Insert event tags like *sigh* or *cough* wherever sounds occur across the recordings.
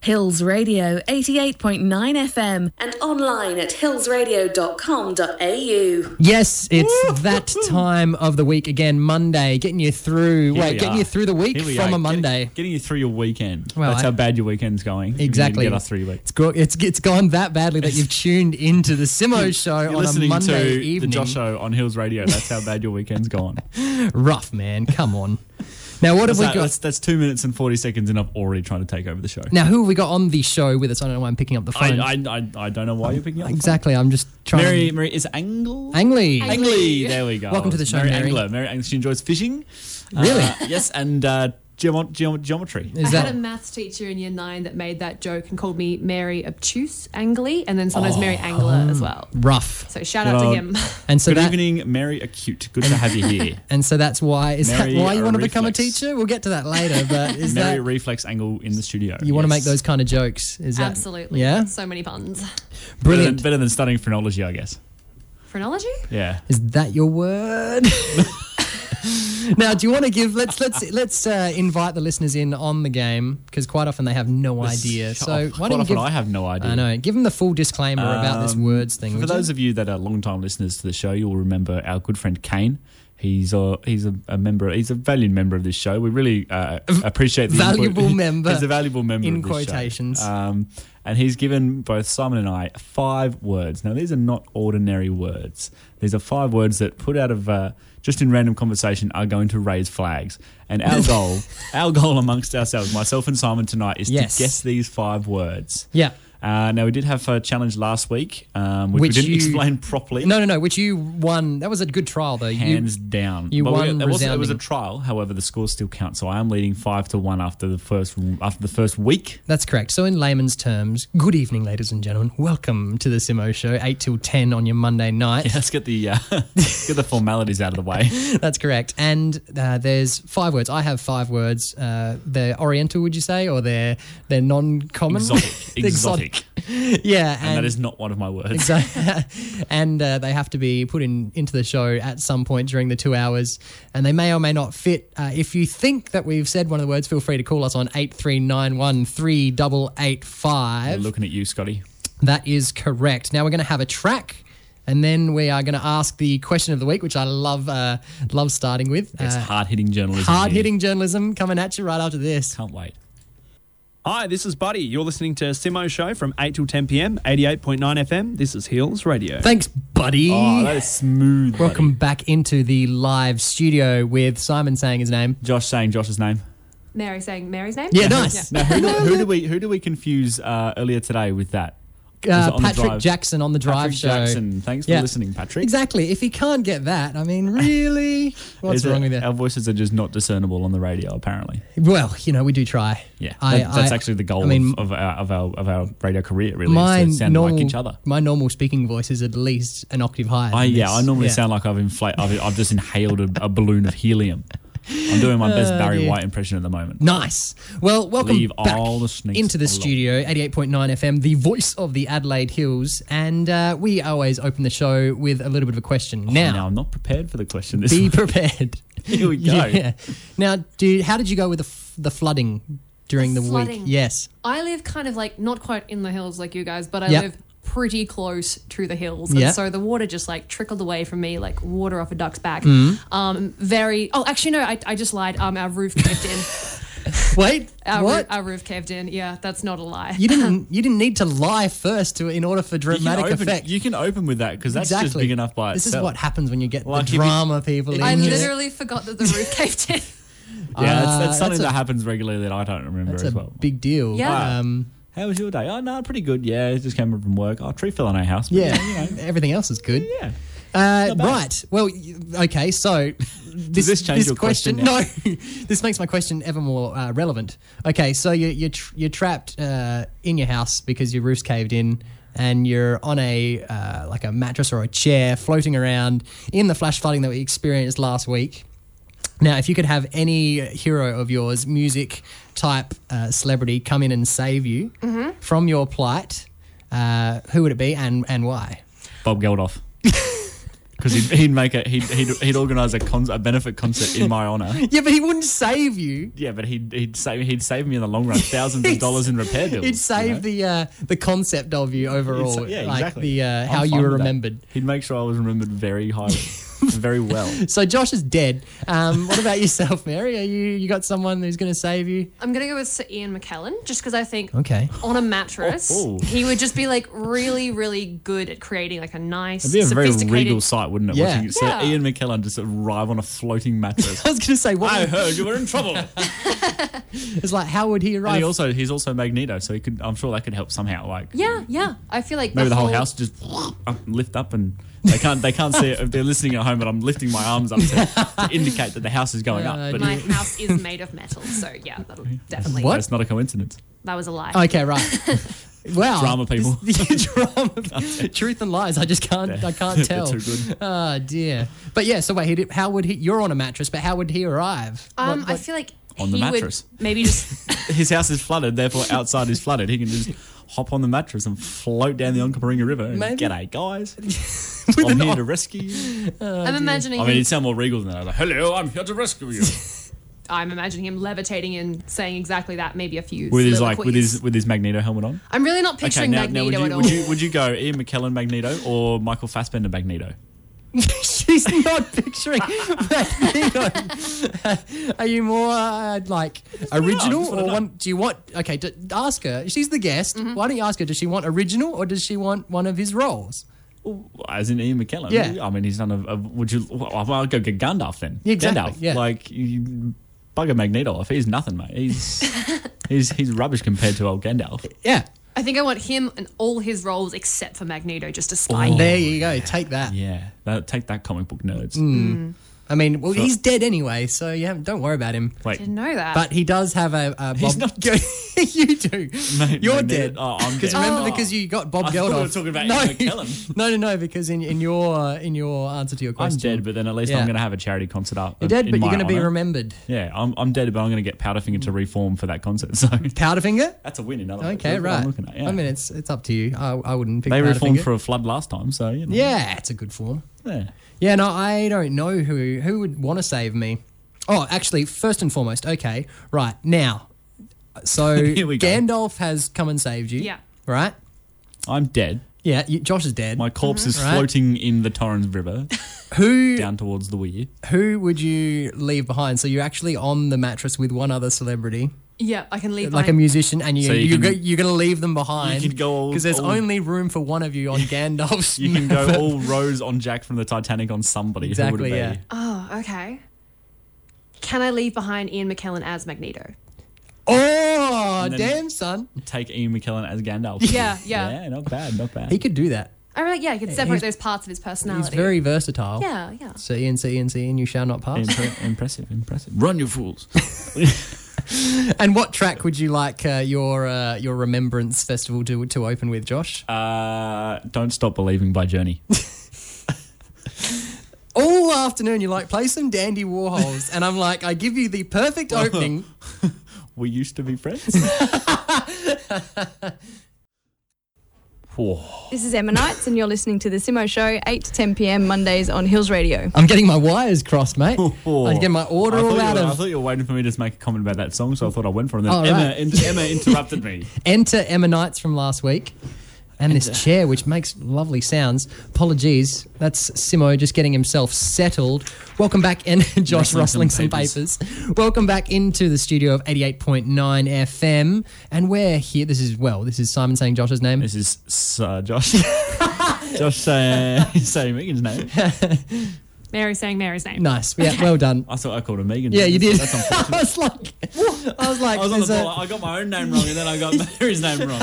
Hills Radio 88.9 FM and online at hillsradio.com.au. Yes, it's that time of the week again, Monday, getting you through. Here wait, we getting are. you through the week Here we from are. a Get- Monday. Getting, you through your weekend. Well, That's I- how bad your weekend's going. if you Exactly. didn't Get us through your week. It's, go- it's it's gone that badly that you've tuned into the Simo show You're on a listening Monday to evening. the Josh Show on Hills Radio. That's how bad your weekend's gone. *laughs* Rough man, come *laughs* on. Now what have That's, we that- got? that's, that's two minutes and forty seconds, and I'm already trying to take over the show. Now who have we got on the show with us? I don't know why I'm picking up the I, phone. I, I, I don't know why you're picking up. the phone. exactly, I'm just trying. Mary, Mary is Angle. Angley. Angley, there we go. Welcome to the show, Mary. Mary. Angler. Mary Angler. She enjoys fishing. Really? Uh, yes, and uh, geom- geom- geometry. Is I that had a maths teacher in year nine that made that joke and called me Mary Obtuse Angley and then sometimes Oh. Mary Angler as well. rough? So shout out Well, to *laughs* him. And so Good that, evening, Mary Acute. Good to have you here. and so that's why is Mary, that why you a want to become a reflex. teacher? We'll get to that later. But *laughs* is Mary that Reflex Angle in the studio. you want to make Yes. those kind of jokes? Is that Absolutely. Yeah, So many puns. Better than, brilliant. better than studying phrenology, I guess. Phrenology? Yeah. Is that your *laughs* word? now, do you want to give? Let's let's let's uh, invite the listeners in on the game because quite often they have no idea. Shut So up. why Quite don't you often give? I have no idea. I know. Give them the full disclaimer about this Um, words thing. For would those you? of you that are long-time listeners to the show, you'll remember our good friend Kane. He's a he's a, a member. He's a valued member of this show. We really *laughs* uh, appreciate the valuable input. member he's a valuable member in of this show. quotations. Um, and he's given both Simon and I five words. Now these are not ordinary words. These are five words that put out of uh, just in random conversation are going to raise flags. *laughs* And our goal, our goal amongst ourselves, myself and Simon tonight, is Yes. to guess these five words. yeah. Uh, now we did have a challenge last week, um, which, Which we didn't you- explain properly. No, no, no. Which you won. That was a good trial, though. You- hands down. you But we- won It was, it was a resounding. trial. However, the score still counts. So I am leading five to one after the first after the first week. *laughs* That's correct. So, in layman's terms, good evening, ladies and gentlemen. Welcome to the Simo Show, 8 till 10 on your Monday night. Let's get the uh, *laughs* let's get the formalities out of the way. That's correct. And uh, there's five words. I have five words. Uh, they're oriental, would you say, or they're they're non-common? *laughs* Exotic, exotic, Yeah, and, and that is not one of my words. *laughs* so- and uh, they have to be put in into the show at some point during the two hours, and they may or may not fit. Uh, if you think that we've said one of the words, feel free to call us on eight three nine one three double eight We're five. looking at you, Scotty. That is correct. Now we're going to have a track. And then we are going to ask the question of the week, which I love, uh, love starting with. It's Uh, hard hitting journalism. here. Hard hitting journalism coming at you right after this. Can't wait. Hi, this is Buddy. You're listening to Simo Show from 8 till 10 p.m., 88.9 FM. This is Heels Radio. Thanks, buddy. Oh, that is smooth. buddy. Welcome back into the live studio with Simon saying his name. Josh saying Josh's name. Mary saying Mary's name? Yeah, nice. *laughs* Now, who, who do we who do we confuse uh, earlier today with that? Was Uh, it on the Patrick drive? Jackson on the drive Patrick show. Jackson. Thanks for Yeah. listening, Patrick. Exactly. If he can't get that, I mean, *laughs* really? What's Is it- wrong with Our you? voices are just not discernible on the radio, apparently. Well, you know, we do try. Yeah, I- That- that's I- actually the goal I mean, of, of, our, of our of our radio career. Really, my is to sound normal, like each *laughs* other. My normal speaking voice is at least an octave higher. I than yeah, this. I normally sound like I've inflate. I've, I've just inhaled a, a balloon of helium. I'm doing *laughs* my best Barry Oh, dear. White impression at the moment. Nice. Well, welcome Leave back all the snakes into the alone. studio, 88.9 FM, the voice of the Adelaide Hills. And uh, we always open the show with a little bit of a question. now, Now I'm not prepared for the question. This be *laughs* prepared. Oh, *laughs* here we *laughs* go. Yeah. Now, do, how did you go with the, f- the flooding during the, The week? flooding. Yes. I live kind of like not quite in the hills like you guys, but I Yep. live pretty close to the hills. Yeah. And so the water just like trickled away from me like water off a duck's back. Hmm. Um, very oh actually no, I, I just lied. Um our roof *laughs* caved in. Wait, *laughs* Our, roo- what? our roof caved in. Yeah, that's not a lie. you *laughs* didn't. You didn't need to lie first to in order for You can, dramatic open, effect. you can open with that because that's just big enough by This itself. is what happens when you get Like if the you- drama people in. I here. literally forgot that the roof *laughs* caved in. Yeah, that's, Uh, that's something that's a- that happens regularly that I don't remember That's as a well. big deal. Yeah. Um, How was your day? Oh, no, pretty good. Yeah, just came up from work. Oh, tree fell on our house. but, Yeah, you know, everything else is good. yeah. Uh, bad. right. Well, y- okay. So *laughs* this, this change your *laughs* question no, this makes my question ever more uh, relevant. Okay, so you're you're, tr- you're trapped uh, in your house because your roof's caved in, and you're on a uh, like a mattress or a chair floating around in the flash flooding that we experienced last week. Now, if you could have any hero of yours, music type uh, celebrity, come in and save you Mm-hmm. from your plight, uh, who would it be and and why? *laughs* *laughs* Bob Geldof. because he'd, he'd make a he'd he'd, he'd organise a con- a benefit concert in my honour. Yeah, but he wouldn't save you. *laughs* Yeah, but he'd he'd save he'd save me in the long *laughs* run thousands of dollars in repair bills. He'd save you know? the uh, the concept of you He'd overall, sa- yeah, like exactly. the uh, I'm how you fine were with that. remembered. He'd make sure I was remembered very *laughs* highly, very well. So Josh is dead. Um, what about yourself, Mary? Are you you got someone who's going to save you? I'm gonna go with Sir Ian McKellen just because I think Okay. on a mattress Oh, oh. he would just be like really, really good at creating like a nice, It'd be a very sophisticated. regal sight, wouldn't it? Yeah. Watching Sir Yeah. Ian McKellen just arrive on a floating *laughs* mattress. I was going to say what I heard you were in trouble. *laughs* and it's like. How would he arrive? he also he's also Magneto, so he could. I'm sure that could help somehow. Like yeah, yeah. I feel like Maybe the whole house just up- lift up and they can't they can't see it if they're listening at home. But I'm lifting my arms up to, *laughs* to indicate that the house is going Yeah, up. But My house is made of metal, so yeah, that'll definitely. What? that's not a coincidence. That was a lie. okay, *laughs* right. Wow, Drama people. *laughs* This- *laughs* drama, truth and lies. I just can't. I can't They're tell. too good. Oh dear. But yeah. So wait. He did, how would he? You're on a mattress, but how would he arrive? Um, What- I what- feel like On the he mattress. would maybe just *laughs* His house is flooded, therefore outside is flooded. He can just hop on the mattress and float down the Onkaparinga River. And, Maybe- G'day, guys. *laughs* With I'm an here o- to rescue you. *laughs* *laughs* I'm imagining I mean, him, he'd sound more regal than that. Like, Hello, I'm here to rescue *laughs* you. I'm imagining him levitating and saying exactly that, maybe a few With his like with soliloquies. his with his Magneto helmet on. I'm really not picturing now, now Magneto would, you, at all. would you would you go Ian McKellen Magneto or Michael Fassbender Magneto? *laughs* She's not picturing Magneto. Are you more uh, like original just wanna or know. one? Do you want? Okay, d- ask her. She's the guest. Mm-hmm. Why don't you ask her? Does she want original or does she want one of his roles? Well, As in Ian McKellen. Yeah. I mean, he's done a. a would you? Well, I'll go get Gandalf then. Yeah, exactly, Gandalf. yeah. Like you bugger Magneto off. He's nothing, mate. He's he's he's rubbish compared to old Gandalf. Yeah. I think I want him and all his roles except for Magneto just to Oh. spy. there you go. Take that. Yeah. That, take that, comic book nerds. Mm. I mean, well, he's dead anyway, so you haven't, don't worry about him. Wait. *laughs* Didn't know that. But he does have a, a Bob. He's not dead. *laughs* you do. Mate, You're Magneto- dead. Oh, I'm Because dead. remember, Oh. because you got Bob I thought Geldof. we were talking about Ian *laughs* McKellen. no, no, no. Because in, in your in your answer to your I'm question, dead, but then at least Yeah. I'm going to have a charity concert up. you're dead, in but you're my going to be honour. remembered. Yeah, I'm, I'm dead, but I'm going to get Powderfinger to reform for that concert. *laughs* So Powderfinger. that's a win. In other words. Okay, That's what right. i I'm looking at. Yeah. mean, it's it's up to you. I, I wouldn't pick. they Powderfinger. reformed for a flood last time, so you know. Yeah, it's a good form. yeah. Yeah, no, I don't know who who would want to save me. Oh, actually, first and foremost, okay, right now. So *laughs* Here we go. Gandalf has come and saved you. Yeah. Right. I'm dead. Yeah. You, Josh is dead. My corpse is Mm-hmm. Right. floating in the Torrens River *laughs* who down towards the Weir. who would you leave behind? So you're actually on the mattress with one other celebrity, yeah, I can leave. like a behind- musician, and you, So you you can- go, you're going to leave them behind. can go all- because there's all- only room for one of you *laughs* on Gandalf's. *laughs* You can go all Rose on Jack from the Titanic on somebody. Who exactly. would it Yeah. be? oh, okay. Can I leave behind Ian McKellen as Magneto? Oh, And then- damn, son. Take Ian McKellen as *laughs* Gandalf. Yeah, yeah. Yeah, not bad, not bad. He could do that. I mean, like, yeah, I could separate he's- those parts of his personality. He's very versatile. Oh, Yeah, yeah. So Ian, so Ian, so Ian, you shall not pass. Impre- impressive, impressive. Run, you fools. and what track would you like uh, your uh, your remembrance festival to to open with, Josh? Uh, don't stop believing *laughs* by Journey. All afternoon, you're like, play some Dandy Warhols, and I'm like, I give you the *laughs* perfect opening. We used to be *laughs* friends. Whoa. This is Emma Knights, and you're listening to The Simo Show, 8 to 10 p.m. Mondays on Hills Radio. I'm getting my wires crossed, *laughs* mate. I'm getting my order I thought all you out were- I of. thought you were waiting for me to just make a comment about that song, so I thought I went for it. And then Oh, Emma, right. in- Emma *laughs* interrupted me. Enter Emma Knights from last week. And this chair, which makes lovely sounds. Apologies. That's Simo just getting himself settled. Welcome back, and *laughs* Josh rustling Rustling some some papers. Welcome back into the studio of 88.9 FM. And we're here. This is, well, this is Simon saying Josh's name. This is Sir Josh. *laughs* Josh uh, saying Megan's *laughs* name. Mary saying Mary's name. Nice. Yeah, well done. *laughs* I thought I called her Megan. Yeah, you did. That's unfortunate. I was *laughs* like, I was like, I was on the there's a- ball. I got my own name wrong, and *laughs* then I got Mary's name wrong.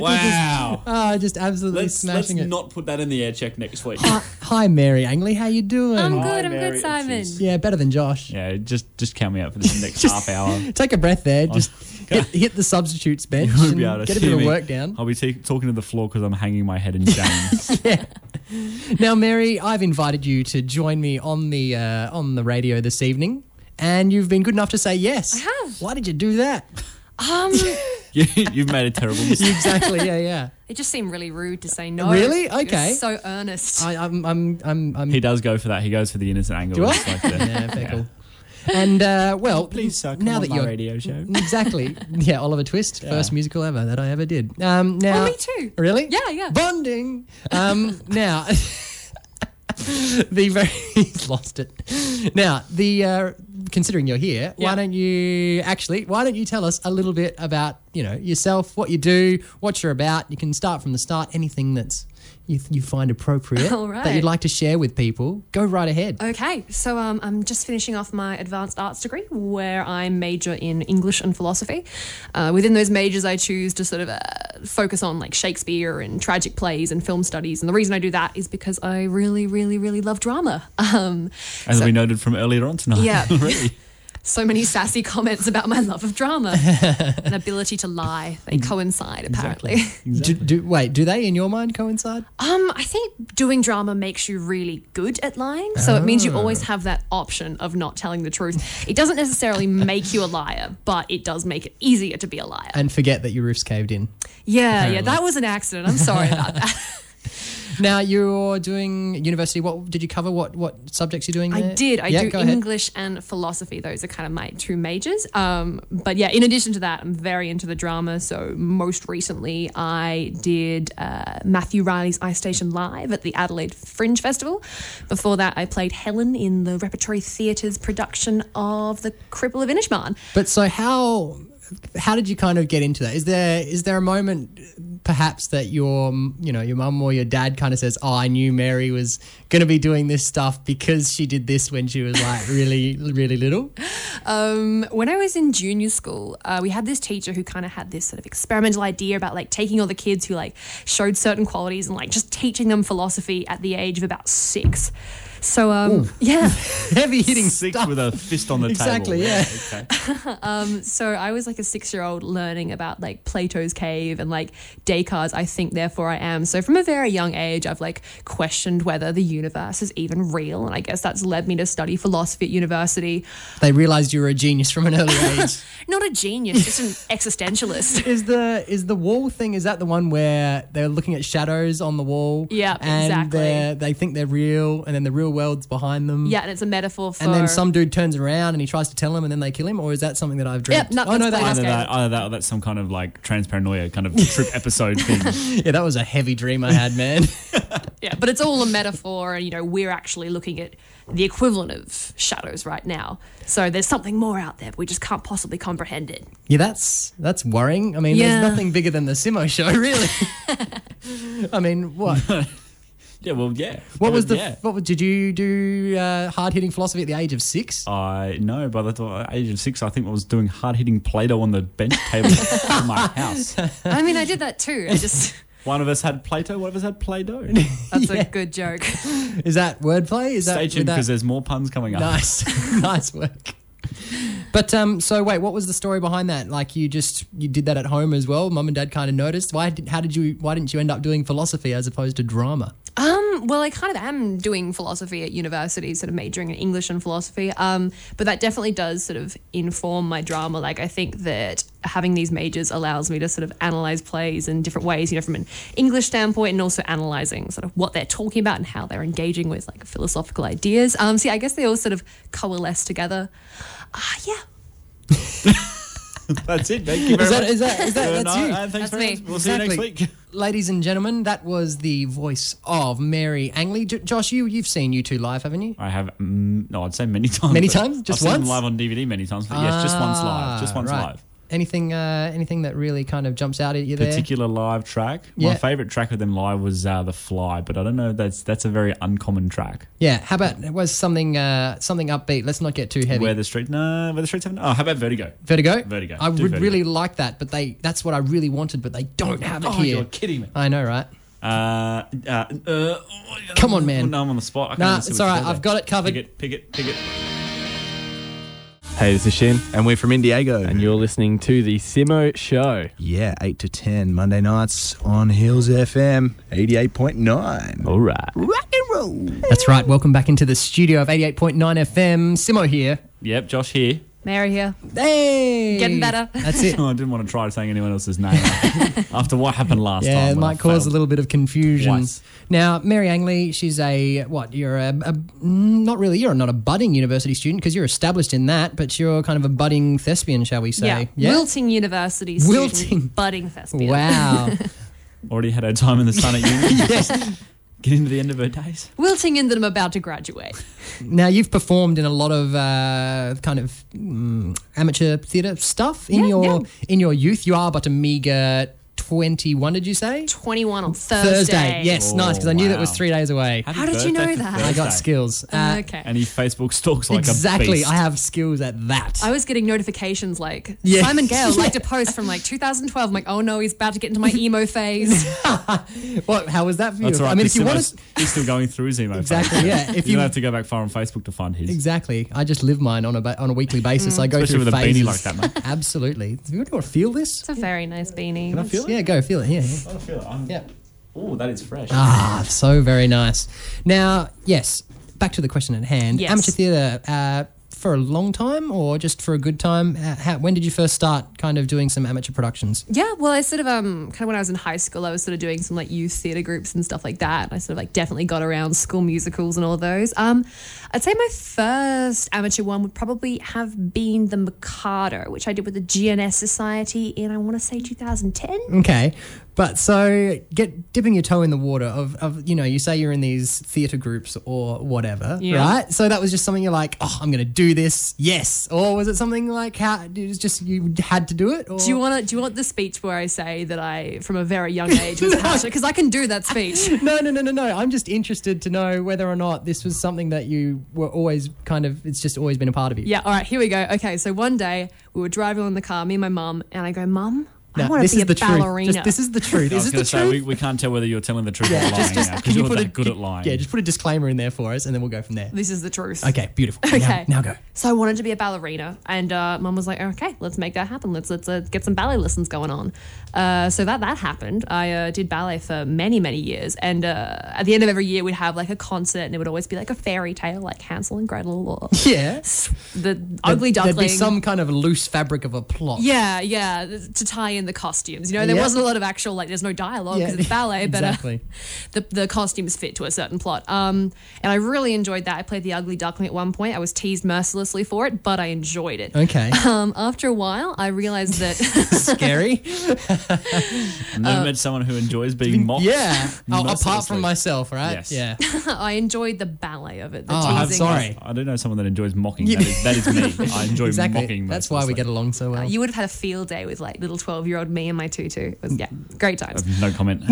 Wow. Ah, just absolutely Let's, let's smashing it. Uh, not put that in the air check next week. Hi, Mary Angley. How you doing? I'm Hi, good. I'm Mary, good, Simon. it's- yeah, better than Josh. yeah, just just count me out for *laughs* this next half hour. Take a breath there. Just hit, hit the *laughs* substitutes bench You won't and Oh, be able to get a see bit of me. Oh. work down. I'll be t- talking to the floor because I'm hanging *laughs* my head in shame. Now, Mary, I've invited you to join me on the uh, on the radio this evening, and you've been good enough to say yes. I have. Why did you do that? *laughs* Um, *laughs* you, you've made a terrible mistake. exactly. Yeah, yeah. it just seemed really rude to say no. Really? It was Okay. so earnest. I, I'm, I'm, I'm, I'm. He does go for that. He goes for the innocent angle. Do I? It's like the- *laughs* yeah, fair call. And uh, well, now that you're show. *laughs* exactly, yeah, Oliver Twist, first musical ever that I ever did. Um, now, Oh, me too. Really? Yeah, yeah. Bonding. Um, now, *laughs* the very *laughs* he's lost it. Now, the uh, considering you're here, why Yeah. don't you actually? Why don't you tell us a little bit about you know yourself, what you do, what you're about? You can start from the start. Anything that's you, you find appropriate *laughs* All that right. you'd like to share with people, go right ahead. Okay, so um, I'm just finishing off my advanced arts degree where I major in English and philosophy. Uh, within those majors, I choose to sort of uh, focus on like Shakespeare and tragic plays and film studies. And the reason I do that is because I really, really, really love drama. *laughs* Um, As so- we noted from earlier on tonight. *laughs* Yeah. Really. *laughs* so many sassy comments about my love of drama and ability to lie. They coincide, apparently. *laughs* Do, do, wait, do they in your mind coincide? Um, I think doing drama makes you really good at lying. So it means you always have that option of not telling the truth. It doesn't necessarily make you a liar, but it does make it easier to be a liar. And forget that your roof's caved in. yeah, yeah, that was an accident. I'm sorry about that. Now you're doing university. What did you cover? What what subjects you're doing? I there? did. I yeah, do go ahead. English and philosophy. Those are kind of my two majors. Um, but yeah, in addition to that, I'm very into the drama. So most recently, I did uh, Matthew Riley's Ice Station Live at the Adelaide Fringe Festival. Before that, I played Helen in the Repertory Theatre's production of The Cripple of Inishmarn. But so how how did you kind of get into that? Is there is there a moment perhaps that your you know your mum or your dad kind of says, "Oh, I knew Mary was going to be doing this stuff because she did this when she was like really *laughs* really *laughs* little." Um, when I was in junior school, uh, we had this teacher who kind of had this sort of experimental idea about like taking all the kids who like showed certain qualities and like just teaching them philosophy at the age of about six. So um, *laughs* *laughs* yeah, Heavy hitting Six stuff. with a fist on the *laughs* Exactly, table. yeah. Okay. so I was like a six-year-old learning about like Plato's cave and like Descartes. I think, therefore, I am. So from a very young age, I've like questioned whether the universe is even real, and I guess that's led me to study philosophy at university. They realized you were a genius from an *laughs* early age. Not a genius, *laughs* just an existentialist. Is the is the wall thing? Is that the one where they're looking at shadows on the wall? Yeah, and exactly. they're- They think they're real, and then the real world's behind them. Yeah, and it's a metaphor for And then some dude turns around and he tries to tell him, and then they kill him. Or is that something that I've dreamt? Yep, no, oh no, that's that Plato's is, Either that, either that, or that's some kind of like transparanoia kind of trip episode thing. *laughs* yeah, that was a heavy dream I had, *laughs* man. Yeah, but it's all a metaphor, and you know we're actually looking at the equivalent of shadows right now. So there's something more out there, but we just can't possibly comprehend it. yeah, that's that's worrying. I mean, Yeah. there's nothing bigger than the Simo show, *laughs* really. I mean, *laughs* what Yeah, well, yeah. what was the Yeah. what was- did you do uh, hard hitting philosophy at the age of six? I know. By the t- age of six, I think I was doing hard hitting Play-Doh on the bench *laughs* table in my house. I mean, I did that too. I just One of us had Play-Doh. One of us had Play-Doh. that's a good joke. Is that wordplay? Is that Stay with tuned that- because there's more puns coming up. nice, *laughs* nice work. But um, so wait, what was the story behind that? Like you just you did that at home as well. Mum and dad kind of noticed. Why did how did you why didn't you end up doing philosophy as opposed to drama? Um, well, I kind of am doing philosophy at university, sort of majoring in English and philosophy. Um, but that definitely does sort of inform my drama. Like, I think that having these majors allows me to sort of analyze plays in different ways, you know, from an English standpoint and also analyzing sort of what they're talking about and how they're engaging with like philosophical ideas. Um, see, I guess they all sort of coalesce together. Ah, yeah. *laughs* That's it. Thank you very Is that much. is that is that that's No, you? uh, thanks That's very me. much. We'll see you next Exactly. week. *laughs* Ladies and gentlemen, that was the voice of Mary Angley. J- Josh, you you've seen you two live, haven't you? I have, mm, no, I'd say many times. Many but times? I've Just seen them once? live on DVD many times. But yes, just once live. Just Ah, once right. live. Anything uh, anything that really kind of jumps out at you there? Particular live track. Yeah. My favorite track of them live was uh, "The Fly," but I don't know. That's that's a very uncommon track. Yeah. How about it was something uh, something upbeat? Let's not get too heavy. Where the street? No, where the streets haven't. Oh, how about Vertigo? Vertigo. Vertigo. I Do would Vertigo. really like that, but they—that's what I really wanted, but they don't have it Oh, here. you're kidding me. I know, right? Uh, uh, uh, oh, Come on, man. No, I'm on the spot. I can't Nah, even see it's what all to right. do I've there. got it covered. Pick it, pick it, pick it. Hey, this is Shin. And we're from Indiego. And you're listening to the Simo Show. Yeah, 8 to 10, Monday nights on Hills FM 88.9. All right. Rock and roll. That's right. Welcome back into the studio of 88.9 FM. Simo here. Yep, Josh here. Mary here. Hey, Getting better. That's *laughs* it. Oh, *laughs* I didn't want to try saying anyone else's name *laughs* after what happened last time. Yeah, it when I might cause a failed. little bit of confusion. Twice. Now, Mary Angley, she's a what? You're a, a mm, not really. You're not a budding university student because you're established in that, but you're kind of a budding thespian, shall we yeah. say? Yeah. Wilting University student, Wilting. budding thespian. *laughs* Wow. Already had her time in the sun at *laughs* uni. Getting to the end of her days. Wilting in that I'm about to graduate. now you've performed in a lot of uh, kind of mm, amateur theatre stuff in Yeah, your yeah. in your youth. You are but a meager twenty-one. Did you say 21 on Thursday. Thursday? Yes, Oh, nice because I knew that was wow. three days away. How did you know that? I got skills. Uh, Oh, okay. And he Facebook stalks like a exactly, beast. I have skills at that. I was getting notifications like Yeah. Simon *laughs* Gale liked a post from like 2012. I'm like, oh no, he's about to get *laughs* into my emo phase. Oh. *laughs* what? How was that for you? That's all right. I mean, the if you Simo's- want to. *laughs* he's still going through his email. Exactly, yeah. If you you- don't have to go back far on Facebook to find his. Exactly. I just live mine on a ba- on a weekly basis. Mm. I go through Especially with a beanie phases. like that, mate. *laughs* Absolutely. Do you want to feel this? *laughs* it's a very nice beanie. Can I feel it? Yeah, go feel it. Yeah. I don't feel it. I'm- Yeah. Oh, that is fresh. Ah, so very nice. Now, yes, back to the question at hand. Yes. Amateur theatre uh, for a long time, or just for a good time? Uh, how, when did you first start kind of doing some amateur productions? Yeah, well, I sort of um kind of when I was in high school, I was sort of doing some like youth theatre groups and stuff like that. And I sort of like definitely got around school musicals and all those. Um, I'd say my first amateur one would probably have been the Mikado, which I did with the GNS Society in I want to say 2010. Okay, but so get dipping your toe in the water of, of you know you say you're in these theatre groups or whatever, Yeah. right? So that was just something you're like, oh, I'm going to do this, yes, or was it something like how it was just you had to do it? Or? Do you want to? Do you want the speech where I say that I, from a very young age, *laughs* was passionate? Because I can do that speech. *laughs* No, no, no, no, no. I'm just interested to know whether or not this was something that you were always kind of. It's just always been a part of you. Yeah. All right. Here we go. Okay. So one day we were driving in the car, me and my mum, and I go, "Mum, I Now, want this to be is a the ballerina." truth. Just, this is *laughs* the truth. I this was is going the to say, truth. we, we can't tell whether you're telling the truth or lying now can because you're put that a- good at lying. Yeah, just put a disclaimer in there for us, and then we'll go from there. This is the truth. Okay, beautiful. Now- Okay. now go. So I wanted to be a ballerina, and uh, mum was like, "Okay, let's make that happen. Let's let's uh, get some ballet lessons going on." Uh, so that that happened. I uh, did ballet for many many years, and uh, at the end of every year, we'd have like a concert, and it would always be like a fairy tale, like Hansel and Gretel or Yeah. the Ugly *laughs* Duckling. There'd be some kind of loose fabric of a plot. Yeah, yeah, th- to tie in the costumes. You know, there Yeah. wasn't a lot of actual like. There's no dialogue because Yeah, it's ballet, but uh, *laughs* exactly. the the costumes fit to a certain plot. Um, and I really enjoyed that. I played the ugly duckling at one point. I was teased mercilessly for it, but I enjoyed it. *laughs* Okay. Um, after a while, I realized that *laughs* Scary. I've never met someone who enjoys being mocked. uh, yeah. Oh, apart Mercilessly. from myself, right? Yes. *laughs* Yeah. I enjoyed the ballet of it. The Oh, I'm teasing. sorry. I do know someone that enjoys mocking. That, is, that *laughs* is me. I enjoy Exactly. mocking. That's why we get along so well. You would have had a field day with like little twelve year old me and my tutu. It was, yeah, great times. mercilessly. *laughs* No comment.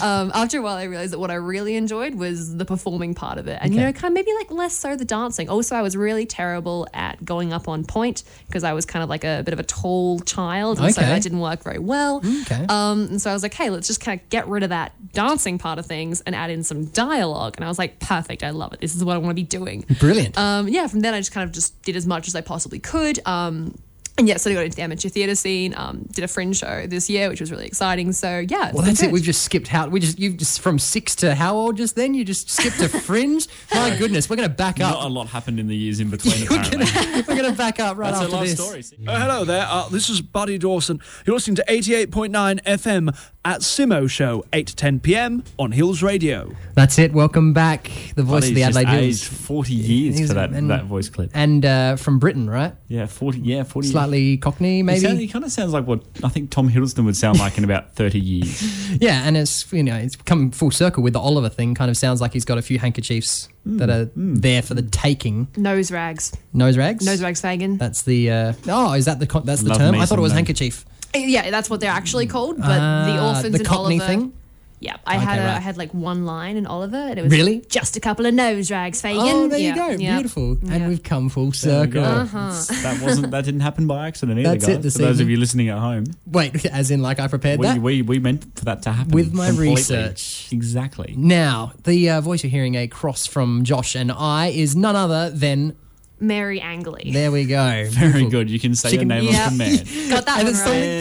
um, after a while, I realized that what I really enjoyed was the performing part of it, and you know, kind of maybe like less so the dancing. Also, I was really terrible at going up on point because I was kind of like a bit of a tall child, and so Okay. that didn't work very well. Okay. Um, and so I was like, hey, let's just kind of get rid of that dancing part of things and add in some dialogue. And I was like, perfect, I love it. This is what I want to be doing. Brilliant. Um, yeah, from then I just kind of just did as much as I possibly could. Um, and yeah, so I got into the amateur theatre scene, um, did a fringe show this year, which was really exciting. So yeah, it's Well, been that's it. good. We've just skipped how we just you've just from six to how old just then? You just skipped to *laughs* fringe. My goodness, we're gonna back Not a up. lot happened in the years in between. Apparently, *laughs* We're gonna back up right that's a after life this. story. see? Oh, hello there. Uh, this is Buddy Dawson. You're listening to 88.9 FM at Simo Show, 8 to 10 p.m. on Hills Radio. That's it. Welcome back, the voice He's of the just Adelaide aged Hills, forty years He's- for that, and- that voice clip. and uh, from Britain, right? Yeah, forty. Yeah, forty. Slightly Cockney, He, sound- he maybe. kind of sounds like what I think Tom Hiddleston would sound like in about *laughs* thirty years. Yeah, and it's you know it's come full circle with the Oliver thing. Kind of sounds like he's got a few handkerchiefs Hmm, that are there for the taking. Nose rags. Nose rags. Nose rags Fagan. That's the uh, oh, is that the co- that's the Love term? me I thought some it was nose. handkerchief. yeah, that's what they're actually called. But the Ah, orphans the and Cockney Oliver. thing? Yeah, I Okay, had a, right. I had like one line in Oliver, and it was Really? just a couple of nose rags, Fagin. Oh, there Yeah, you go. yeah. Beautiful. And Yeah. we've come full There we circle. go. It's- That wasn't. That didn't happen by accident either, That's it guys. this for those of evening. you listening at home, Wait, *laughs* as in like I prepared we, that? we we meant for that to happen With my completely. research. Exactly. Now, the uh, voice you're hearing across from Josh and I is none other than. Mary Angley. There we go. *laughs* Very good. You can say Chicken- your name Yeah. on command. Got that And one it's so- right.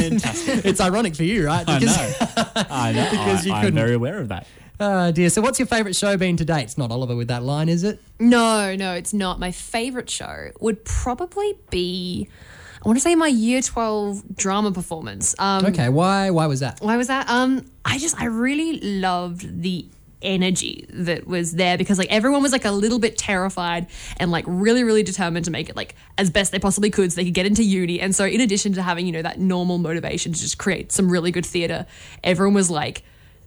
*laughs* Fantastic. it's ironic for you, right? *laughs* I Because- know. I know. *laughs* Because I, you I'm couldn't. very aware of that. Oh dear. So, what's your favourite show been to date? It's not Oliver with that line, is it? No, no, it's not. My favorite show would probably be, I want to say my year 12 drama performance. Um, Okay. Why? Why was that? Why was that? Um, I just I really loved the energy that was there because like everyone was like a little bit terrified and like really really determined to make it like as best they possibly could so they could get into uni and so in addition to having you know that normal motivation to just create some really good theater everyone was like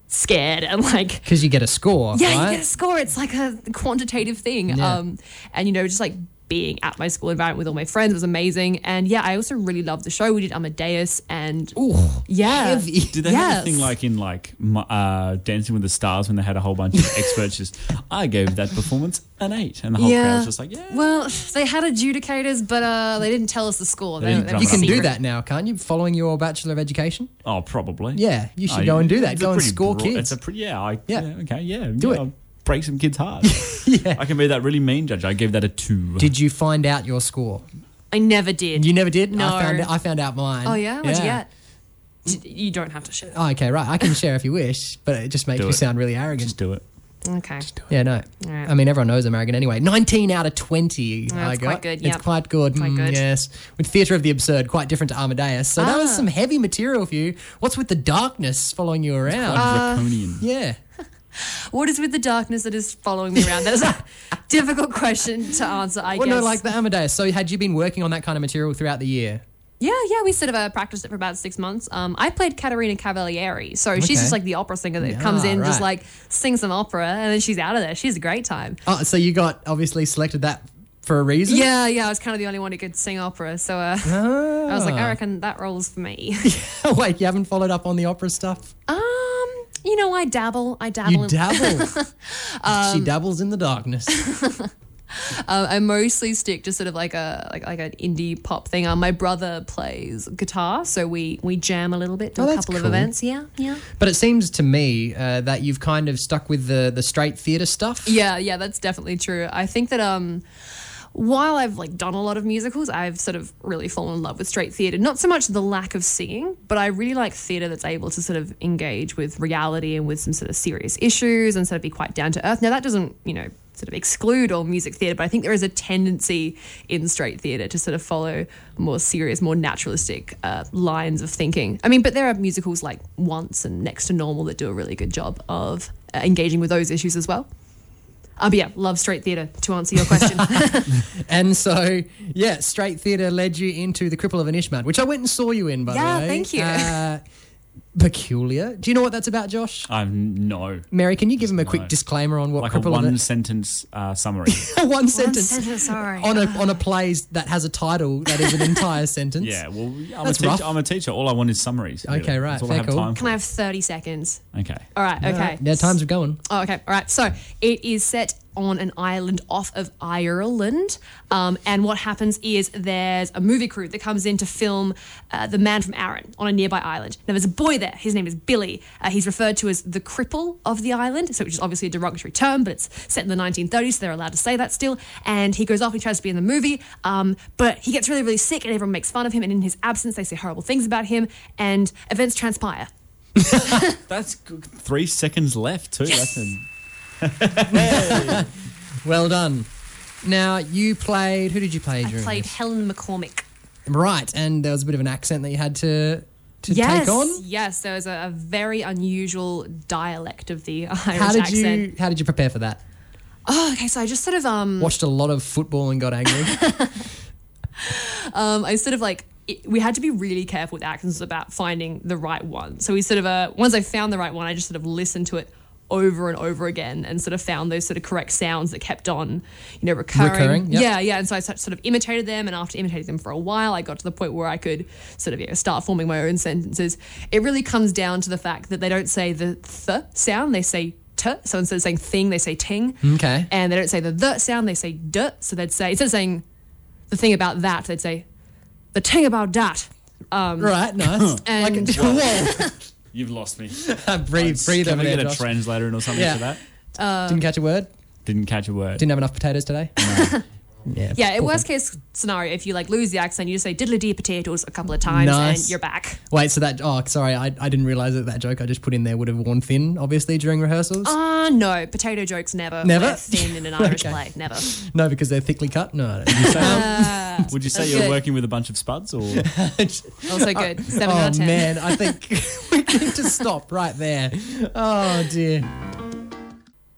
scared and like Because you get a score, yeah, right? you get a score. It's like a quantitative thing. Yeah. Um, and you know, just like being at my school environment with all my friends was amazing. And yeah, I also really loved the show. We did Amadeus and Ooh, yeah, heavy. Did they have Yes. anything like in like m- uh, Dancing with the Stars when they had a *laughs* whole bunch of experts just I gave that performance an eight, and the whole crowd was just like yeah. Well, *sighs* they had adjudicators, but uh, they didn't tell us the score. They didn't don't- drum You it can up. do that now, can't you? Following your Bachelor of Education? Oh, probably. Yeah, you should Oh, go and do that. it's Go a and pretty score broad- kids. It's a pretty yeah. I, Yeah. yeah. Okay. Yeah. Do yeah, it. I'll break some *laughs* kids' hearts. yeah. I can be that really mean judge. I gave that a two. Did you find out your score? I never did. You never did. No. I found. I found out mine. oh yeah, what'd you get? D- You don't have to share. Oh, okay, right. I can share if you wish, but it just makes Do me it. sound really arrogant. Just do it. Okay. yeah, no. Alright. I mean, everyone knows I'm arrogant anyway. 19 out of 20. That's I got. quite good, It's yep. quite good. Quite mm, good. Ah. Yes. With Theatre of the Absurd, quite different to Amadeus. So that was some heavy material for you. What's with the darkness following you around? Draconian. yeah. What is with the darkness that is following me around? That is a difficult question to answer. I Well, guess. no, like the Amadeus. So had you been working on that kind of material throughout the year? Yeah, yeah, we sort of uh, practiced it for about six months. Um, I played Caterina Cavalieri, so Okay. she's just like the opera singer that comes Ah, in, just right. like sings some opera, and then she's out of there. She's a great time. Oh, so you got obviously selected that for a reason? Yeah, yeah, I was kind of the only one who could sing opera, so uh, Ah. I was like, I reckon that rolls for me. *laughs* Wait, you haven't followed up on the opera stuff? um, you know, I dabble, I dabble. You in- *laughs* dabble. she Um, dabbles in the darkness. Uh, I mostly stick to sort of like a like like an indie pop thing. Um, my brother plays guitar, so we we jam a little bit, do Oh, a that's couple of cool. events. Yeah, yeah. But it seems to me uh, that you've kind of stuck with the the straight theatre stuff. Yeah, yeah, that's definitely true. I think that um while I've like done a lot of musicals, I've sort of really fallen in love with straight theatre. Not so much the lack of singing, but I really like theatre that's able to sort of engage with reality and with some sort of serious issues and sort of be quite down to earth. Now that doesn't, you know, sort of exclude all music theatre, but I think there is a tendency in straight theatre to sort of follow more serious, more naturalistic uh, lines of thinking. I mean, but there are musicals like Once and Next to Normal that do a really good job of uh, engaging with those issues as well. Uh, but yeah, love straight theatre to answer your question. And so, yeah, straight theatre led you into The Cripple of an Ishmael, which I went and saw you in, by Yeah, the way. thank you. Uh, peculiar. Do you know what that's about, Josh? I've no. Mary, can you give him a quick No. disclaimer on what Like a Cripple one of sentence *laughs* uh, summary. an... *laughs* one sentence. sorry. On a on a play that has a title that is an *laughs* entire sentence. yeah. Well, I'm a That's teacher. rough. I'm a teacher. All I want is summaries. really. Okay, right, That's all fair I have call. time Can I for. have 30 seconds? Okay. All right, okay. Yeah, times are going. Oh, okay. All right. So it is set on an island off of Ireland. Um, and what happens is there's a movie crew that comes in to film uh, The Man from Arran on a nearby island. Now, there's a boy there. His name is Billy. Uh, he's referred to as the cripple of the island, so which is obviously a derogatory term, but it's set in the 1930s, so they're allowed to say that still. And he goes off, he tries to be in the movie, um, but he gets really, really sick, and everyone makes fun of him. And in his absence, they say horrible things about him, and events transpire. That's good. three seconds left too. That's a, Well done. Now you played. Who did you play? I during played this? Helen McCormick. right, and there was a bit of an accent that you had to to take on. Yes, there was a, a very unusual dialect of the *laughs* Irish How did accent. you How did you prepare for that? Oh, okay. So I just sort of um, Watched a lot of football and got *laughs* angry. um I sort of like. It, we had to be really careful with accents about finding the right one. So we sort of uh, once I found the right one, I just sort of listened to it over and over again and sort of found those sort of correct sounds that kept on, you know, recurring. Recurring, yep. Yeah, Uh, yeah. And so I sort sort of imitated them, and after imitating them for a while, I got to the point where I could sort of you know, start forming my own sentences. It really comes down to the fact that they don't say the th sound; they say. T, so instead of saying thing, they say ting. Okay. And they don't say the the sound, they say d. So they'd say, instead of saying the thing about that, they'd say the thing about that. Um, right, nice. and *laughs* Whoa. you've lost me. *laughs* breathe, breathe Can over we there, get a Josh. translator in or something Yeah. for that? Didn't catch a word. Didn't catch a word. *laughs* Didn't have enough potatoes today. Yeah. Yeah, in poor worst thing. case scenario, if you like lose the accent, you just say diddly dee potatoes a couple of times Nice. and you're back. Wait, so that. Oh, sorry. I, I didn't realize that that joke I just put in there would have worn thin, obviously, during rehearsals. Ah, no, potato jokes never. Never? I've seen in an *laughs* Irish Okay. play, never. No, because they're thickly cut. No. Would *laughs* you say, would you say That's you're good. working with a bunch of *laughs* spuds or Also good. Seven out oh of ten. man, I think *laughs* we need to stop right there. Oh dear.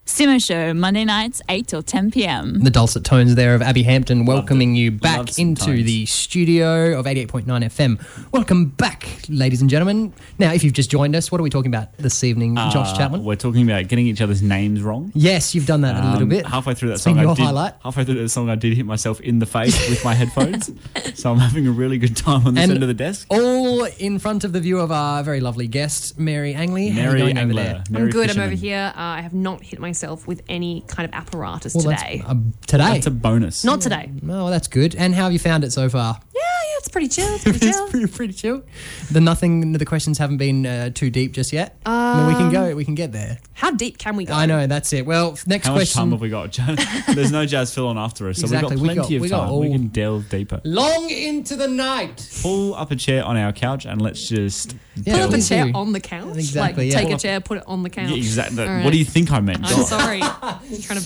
Simo Show, Monday nights, 8 till 10 p.m. The dulcet tones there of Abby Hampton welcoming you Love back some into tones. the studio of 88.9 FM. Welcome back, ladies and gentlemen. Now, if you've just joined us, what are we talking about this evening, Josh Uh, Chapman? We're talking about getting each other's names wrong. Yes, you've done that a little Um, bit. Halfway through that It's song, been your I did, highlight. Halfway through that song, I did hit myself in the face with *laughs* my headphones. So I'm having a really good time on this And- oh, end of the desk. All in front of the view of our very lovely guest, Mary Angley. How are you Mary going over Angler. there? I'm Mary good. I'm Fisherman. over here. Uh, I have not hit myself with any kind of apparatus Well, that's- today. um, today. That's a bonus. Not today. Yeah, oh, that's good. And how have you found it so far? yeah, it's pretty chill. It's pretty *laughs* chill. it's pretty, pretty chill. The nothing, the questions haven't been uh, too deep just yet. I mean, Um, we can go, we can get there. How deep can we go? I know that's it. Well, f- next How much question. time have we got? There's no jazz *laughs* fill on after us, so Exactly, we we've got plenty got- we of got time. all- We can delve deeper. Long into the night. Pull up a chair on our couch and let's just. Yeah, Put up a please chair do. on the couch. Exactly, Like, yeah. take Pull a chair, put it on the couch. Yeah, exactly. All right. What do you think I meant? I'm sorry. I'm trying to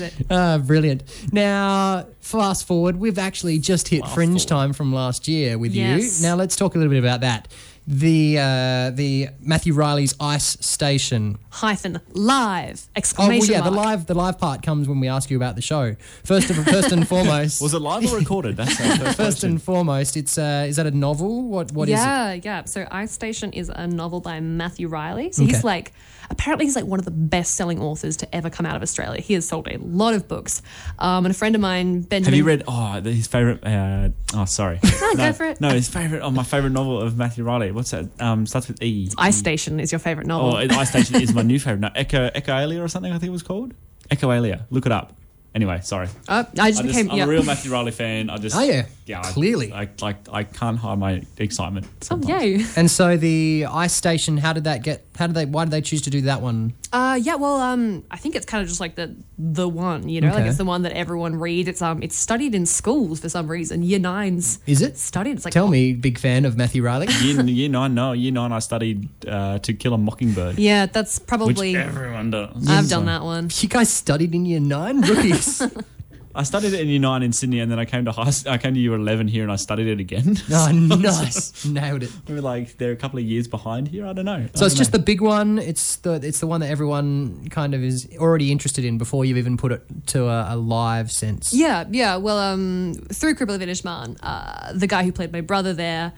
*laughs* it. Ah, brilliant. Now, fast forward, we've actually just hit fringe time from last year with Yes. you. Now, let's talk a little bit about that. The uh, the Matthew Riley's Ice Station. Hyphen live Oh, well, exclamation yeah, the mark. live the live part comes when we ask you about the show. First of, first *laughs* and foremost, Was it live *laughs* or recorded? That's our first, first question. and foremost, it's uh, is that a novel? What what is it? yeah, yeah. So Ice Station is a novel by Matthew Riley. So Okay. he's like, apparently he's like one of the best-selling authors to ever come out of Australia. He has sold a lot of books. Um, and a friend of mine, Have Benjamin. you read oh the- his favorite? Uh, oh, *laughs* sorry. no, go for it. No, his favorite. Oh, my favorite novel of Matthew Riley. What's that? Um, starts with E. Ice Station is your favorite Oh, novel. Ice Station is *laughs* my new favorite. No, Echo Echoalia or something. I think it was called Echoalia. Look it up. Anyway, sorry. Oh, I I just just, became. I'm yeah. a real Matthew Riley fan. I just Oh, yeah. I- Clearly. I, like I can't hide my excitement. *laughs* Oh Sometimes. yay! And so the Ice Station. How did that get? How did they? Why did they choose to do that one? *laughs* Uh, yeah, well, um, I think it's kind of just like the the one, you know, like Okay. it's the one that everyone reads. It's um, it's studied in schools for some reason. Year nines Is it? studied? It's like oh. Tell me, big fan of Matthew *laughs* Riley. Year, year nine, no, year nine. I studied uh, to kill a mockingbird, Yeah, that's which probably. everyone does. I've done that one. You guys studied in year nine, rookies. *laughs* *laughs* I studied it in year nine in Sydney, and then I came to high, I came to year eleven here, and I studied it again. oh, nice, nailed it. we were like they're a couple of years behind here. I don't know. So it's just the big one. It's the it's the one that everyone kind of is already interested in before you've even put it to a, a live sense. Yeah, yeah. Well, um, through Cripple Vinish Man, uh, the guy who played my brother there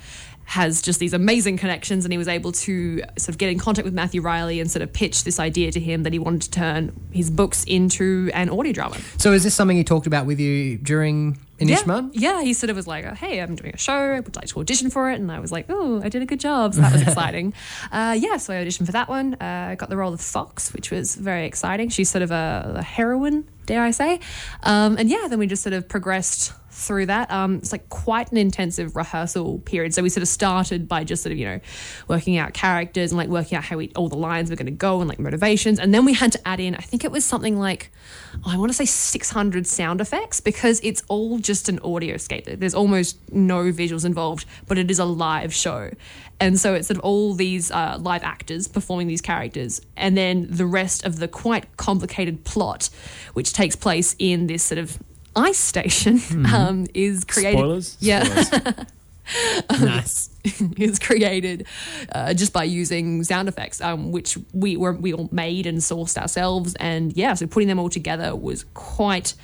has just these amazing connections, and he was able to sort of get in contact with Matthew Riley and sort of pitch this idea to him that he wanted to turn his books into an audio drama. So is this something he talked about with you during Inishman? Yeah, yeah, he sort of was like, "Hey, I'm doing a show. I would like to audition for it," and I was like, "Oh, I did a good job." So that was exciting. uh, yeah, so I auditioned for that one. Uh, I got the role of Fox, which was very exciting. She's sort of a, a heroine, dare I say? Um, and yeah, then we just sort of progressed through that. Um, it's like quite an intensive rehearsal period. So we sort of started by just sort of you know working out characters and like working out how we all the lines were going to go and like motivations, and then we had to add in. I think it was something like oh, I want to say 600 sound effects because it's all just an audioscape. There's almost no visuals involved, but it is a live show. And so it's sort of all these uh, live actors performing these characters, and then the rest of the quite complicated plot, which takes place in this sort of ice station, *laughs* um, is created. Mm-hmm. spoilers. Yeah Spoilers. Nice. *laughs* is created uh, just by using sound effects, um, which we were we all made and sourced ourselves, and yeah, so putting them all together was quite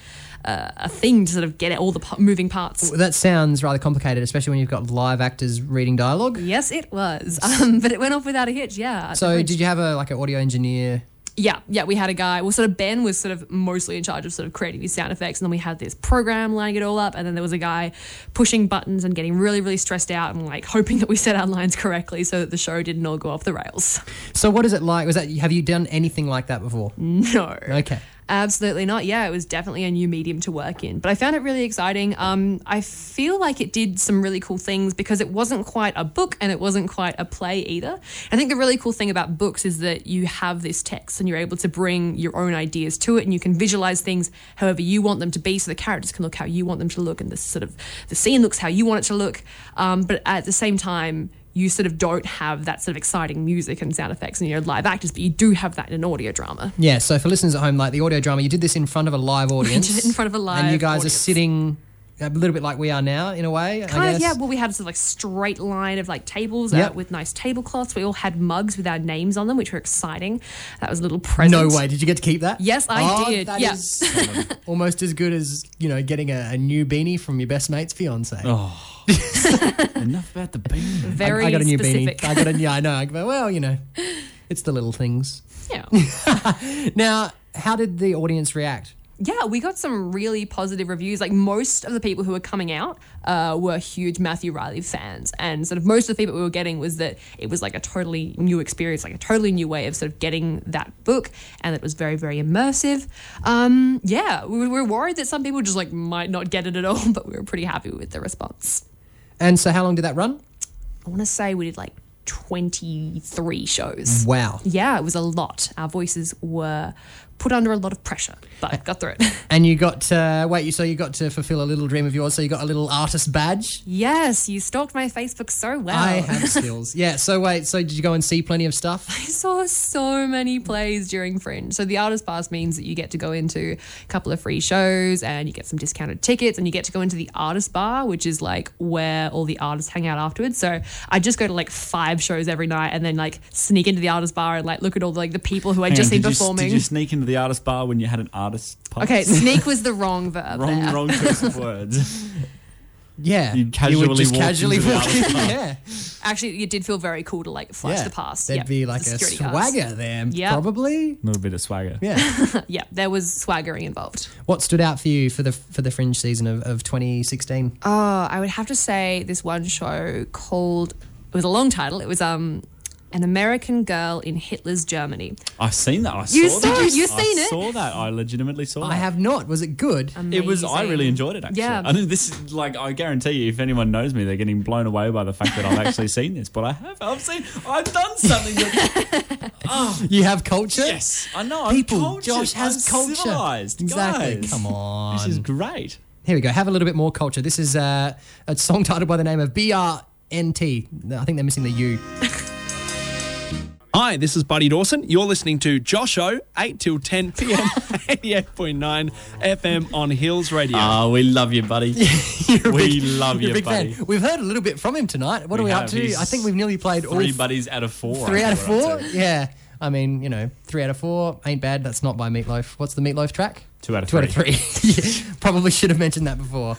uh, a thing to sort of get all the p- moving parts. Well, that sounds rather complicated, especially when you've got live actors reading dialogue. Yes, it was, *laughs* um, but it went off without a hitch. Yeah. So did you have a like an audio engineer? Yeah, yeah, we had a guy. Well, sort of Ben was sort of mostly in charge of sort of creating these sound effects, and then we had this program lining it all up, and then there was a guy pushing buttons and getting really, really stressed out and like hoping that we said our lines correctly so that the show didn't all go off the rails. *laughs* So what is it like? Was that have you done anything like that before? No. Okay. Absolutely not. Yeah, it was definitely a new medium to work in, but I found it really exciting. Um, I feel like it did some really cool things because it wasn't quite a book and it wasn't quite a play either. I think the really cool thing about books is that you have this text and you're able to bring your own ideas to it and you can visualize things however you want them to be, so the characters can look how you want them to look and the sort of the scene looks how you want it to look. Um, but at the same time, you sort of don't have that sort of exciting music and sound effects and you know live actors, but you do have that in an audio drama. Yeah, so for listeners at home, like the audio drama, you did this in front of a *laughs* live audience. did it in front of a And you live guys audience. are sitting a little bit like we are now, in a way. I Kind of, guess. yeah. Well, we had sort of like straight line of like tables Yep. uh, with nice tablecloths. We all had mugs with our names on them, which were exciting. That was a little present. no way. Did you get to keep that? Oh, Yes, I did. that Yeah. is *laughs* almost as good as you know getting a, a new beanie from your best mate's fiance. Enough about the bean. Very Oh, I, I got a new specific. beanie. *laughs* I got a yeah. I know. I go, well, you know, it's the little things. *laughs* yeah. Now, how did the audience react? yeah, we got some really positive reviews. Like most of the people who were coming out uh, were huge Matthew Riley fans, and sort of most of the feedback we were getting was that it was like a totally new experience, like a totally new way of sort of getting that book, and it was very very immersive. Um, yeah, we were worried that some people just like might not get it at all, *laughs* but we were pretty happy with the response. And so, how long did that run? I want to say we did like twenty three shows. Wow. Yeah, it was a lot. Our voices were put under a lot of pressure, *laughs* but got through it. And you got uh, wait. You so you got to fulfill a little dream of yours. So you got a little artist badge. Yes, you stalked my Facebook so well. I have *laughs* skills. Yeah. So wait. So did you go and see plenty of stuff? I saw so many plays during Fringe. So the artist pass means that you get to go into a couple of free shows and you get some discounted tickets and you get to go into the artist bar, which is like where all the artists hang out afterwards. So I just go to like five shows every night and then like sneak into the artist bar and like look at all the, like the people who I just *laughs* seen did You, performing. did you sneak into the artist bar when you had an artist? Pass? okay, sneak was the wrong verb. *laughs* Wrong, there. wrong choice of words. *laughs* Yeah. You would casually just walk casually into the walk in. artist bar. Yeah. Actually, it did feel very cool to like flash yeah. the pass. There'd Yep, be the like a security swagger guards. there, Yep. probably. A little bit of swagger. *laughs* Yeah. Yeah, there was swaggering involved. what stood out for you for the for the Fringe season of, of 2016? Oh, I would have to say this one show called it was a long title. It was um an American girl in Hitler's Germany. I've seen that. I You saw saw that. it, you I seen it. saw that. I legitimately saw I that. have not. Was it good? Um, It was. I really Amazing. enjoyed it. Actually, Yeah. I think this is like I guarantee you, if anyone knows me, they're getting blown away by the fact that I've actually seen this. But I have. I've seen. I've done something. That, Oh, you have culture. yes, I know. I'm People, cultured, Josh has I'm culture. Civilized, Exactly. guys. Come on. This is great. Here we go. Have a little bit more culture. This is uh, a song titled by the name of BRNT. I think they're missing the U. Hi, this is Buddy Dawson. You're listening to Josh O, 8 till 10 *laughs* p.m., 88.9 FM on Hills Radio. Oh, we love you, buddy. *laughs* You're a We love you're a you, big fan. buddy. We've heard a little bit from him tonight. What are We we up have. to? He's I think we've nearly played all Three buddies out of four. three I out of think we're up four. to. Yeah. I mean, you know, three out of four ain't bad. That's not by Meatloaf. What's the Meatloaf track? Two out of Two out of three. three. *laughs* Yeah, Probably should have mentioned that *laughs* before.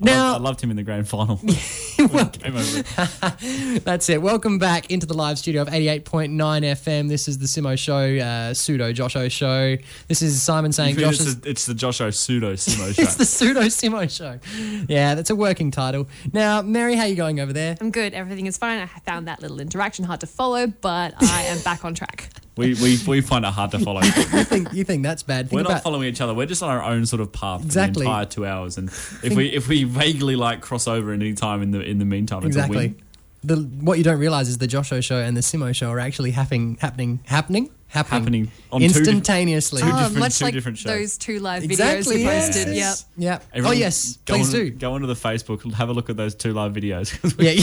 now, I loved him in the grand final. *laughs* *laughs* Game over. That's it. Welcome back into the live studio of 88.9 FM. This is the Simo Show, uh, pseudo Josho Show. This is Simon *laughs* saying It's, Josh is. the- it's the Josh O pseudo Simo *laughs* It's the pseudo show. Simo Show. Yeah, that's a working title. Now, Mary, how you going over *laughs* there? I'm good. Everything is fine. I found that little interaction hard to follow, *laughs* but I am back on track. we, we, we find it hard to follow. You *laughs* think you think that's bad? Think We're about, not following each other. We're just on our own sort of path Exactly. for the entire two hours. *laughs* And if we if we vaguely like cross over at any time in the in the meantime, it's a exactly. win. The, what you don't realize is the Josho Show and the Simo Show are actually happening, happening, happening, happening, Happening on two- instantaneously. Two Oh, different- much two like different shows. those two live videos Exactly, we yes. posted. Yep. Yes. Yeah. Everyone oh yes, go please on, do. go onto the Facebook and have a look at those two live videos. *laughs* 'Cause we, *laughs* Yeah,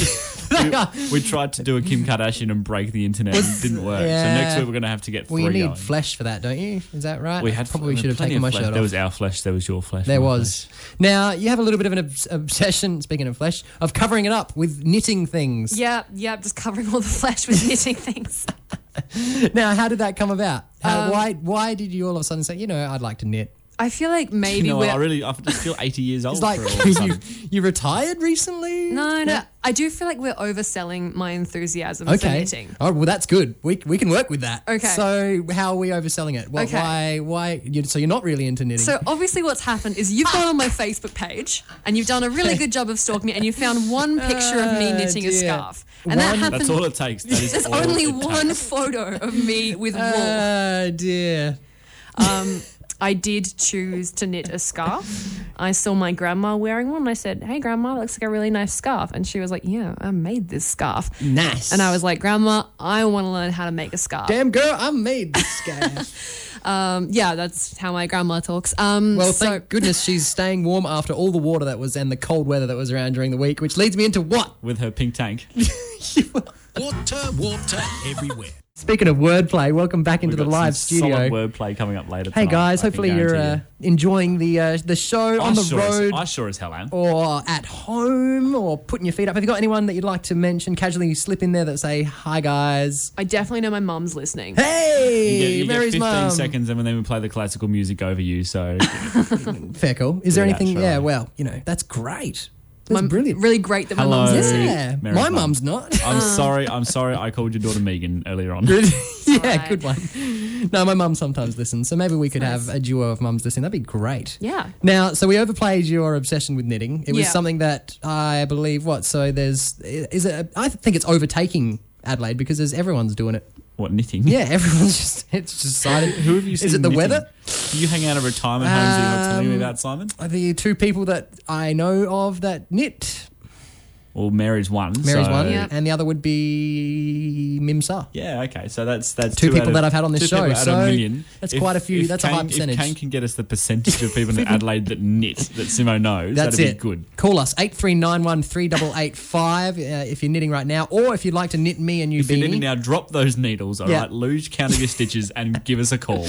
they are. we tried to do a Kim Kardashian and break the internet and *laughs* it didn't work. Yeah. So next week we're going to have to *laughs* get Well, three you need going. flesh for that, don't you? Is that right? We had probably we had should have plenty taken my of flesh. shirt There off. was our flesh. There was your flesh. There my was. Now you have a little bit of an obs- obsession. Speaking of flesh, of covering it up with knitting things. Yep, yep, just covering all the *laughs* flesh with knitting things. Now, how did that come about? How, Um, why? Why did you all of a sudden say, you know, I'd like to knit? I feel like You maybe know, what, we're I really I feel eighty years old. It's like for all of a *laughs* you, sudden. you retired recently. No, no. I do feel like we're overselling my enthusiasm for Okay. knitting. Oh well, that's good. We, we can work with that. Okay. So how are we overselling it? Well, Okay. Why? Why? You, so you're not really into knitting. So obviously, what's happened is you've gone on my Facebook page and you've done a really good job of stalking me, and you found *laughs* one picture of me Oh, knitting a dear. scarf, and that One- happened. That's all it takes. That is There's all only it takes. Uh. one photo of me with wool. oh Ah, dear. Um, I did choose to knit a scarf. I saw my grandma wearing one and I said, Hey, grandma, that looks like a really nice scarf. And she was like, Yeah, I made this scarf. Nice. And I was like, Grandma, I want to learn how to make a scarf. damn girl, I made this *laughs* scarf. Um, yeah, that's how my grandma talks. Um, well, so- thank goodness she's staying warm after all the water that was and the cold weather that was around during the week, which leads me into what? with her pink *laughs* tank. Water, water everywhere. Speaking of wordplay, welcome back into We've the got live some studio. Solid wordplay coming up later. Hey tonight, guys, I can hopefully you're uh, guarantee enjoying the uh, the show you. on I the sure as- road I sure as hell am. or at home or putting your feet up. Have you got anyone that you'd like to mention casually slip in there that say hi guys? I definitely know my mum's listening. Hey, You get, you get Mary's 15 mum. seconds, and then we play the classical music over *laughs* you. So Fair call. Is there Yeah, anything? sure. Yeah, well, you know that's great. That's brilliant. Really great that my Hello. mum's listening. yeah, Mary's my mum. mum's not. I'm sorry. I'm sorry. I called your daughter Megan earlier on. *laughs* yeah, good one. No, my mum sometimes listens, so maybe we could have a duo of mums listening. That'd be great. Yeah. Now, so we overplayed your obsession with knitting. It was Yeah. something that I believe what. So there's is it? I think it's overtaking Adelaide because there's everyone's doing *laughs* it. *laughs* What knitting? Yeah, everyone's just it's just silent. Who have you seen? Is it the knitting? weather? Do you hang out at retirement homes that you're not telling me Um, about, Simon? The two people that I know of that knit. Well, Mary's one. Mary's so- one, Yeah. and the other would be Mimsa. Yeah, okay. So that's that's Two people out of- that I've had on this two show, people out of so a million. that's quite a few. That's a Kane, high percentage. If Kane can get us the percentage of people in Adelaide that knit that Simo knows, That's that'd it. be good. Call us eight three nine one three double eight five uh, if you're knitting right now, or if you'd like to knit me a new If beanie. *laughs* you need to now drop those needles, all right? Yeah. Luge count of your stitches and give us *laughs* a call.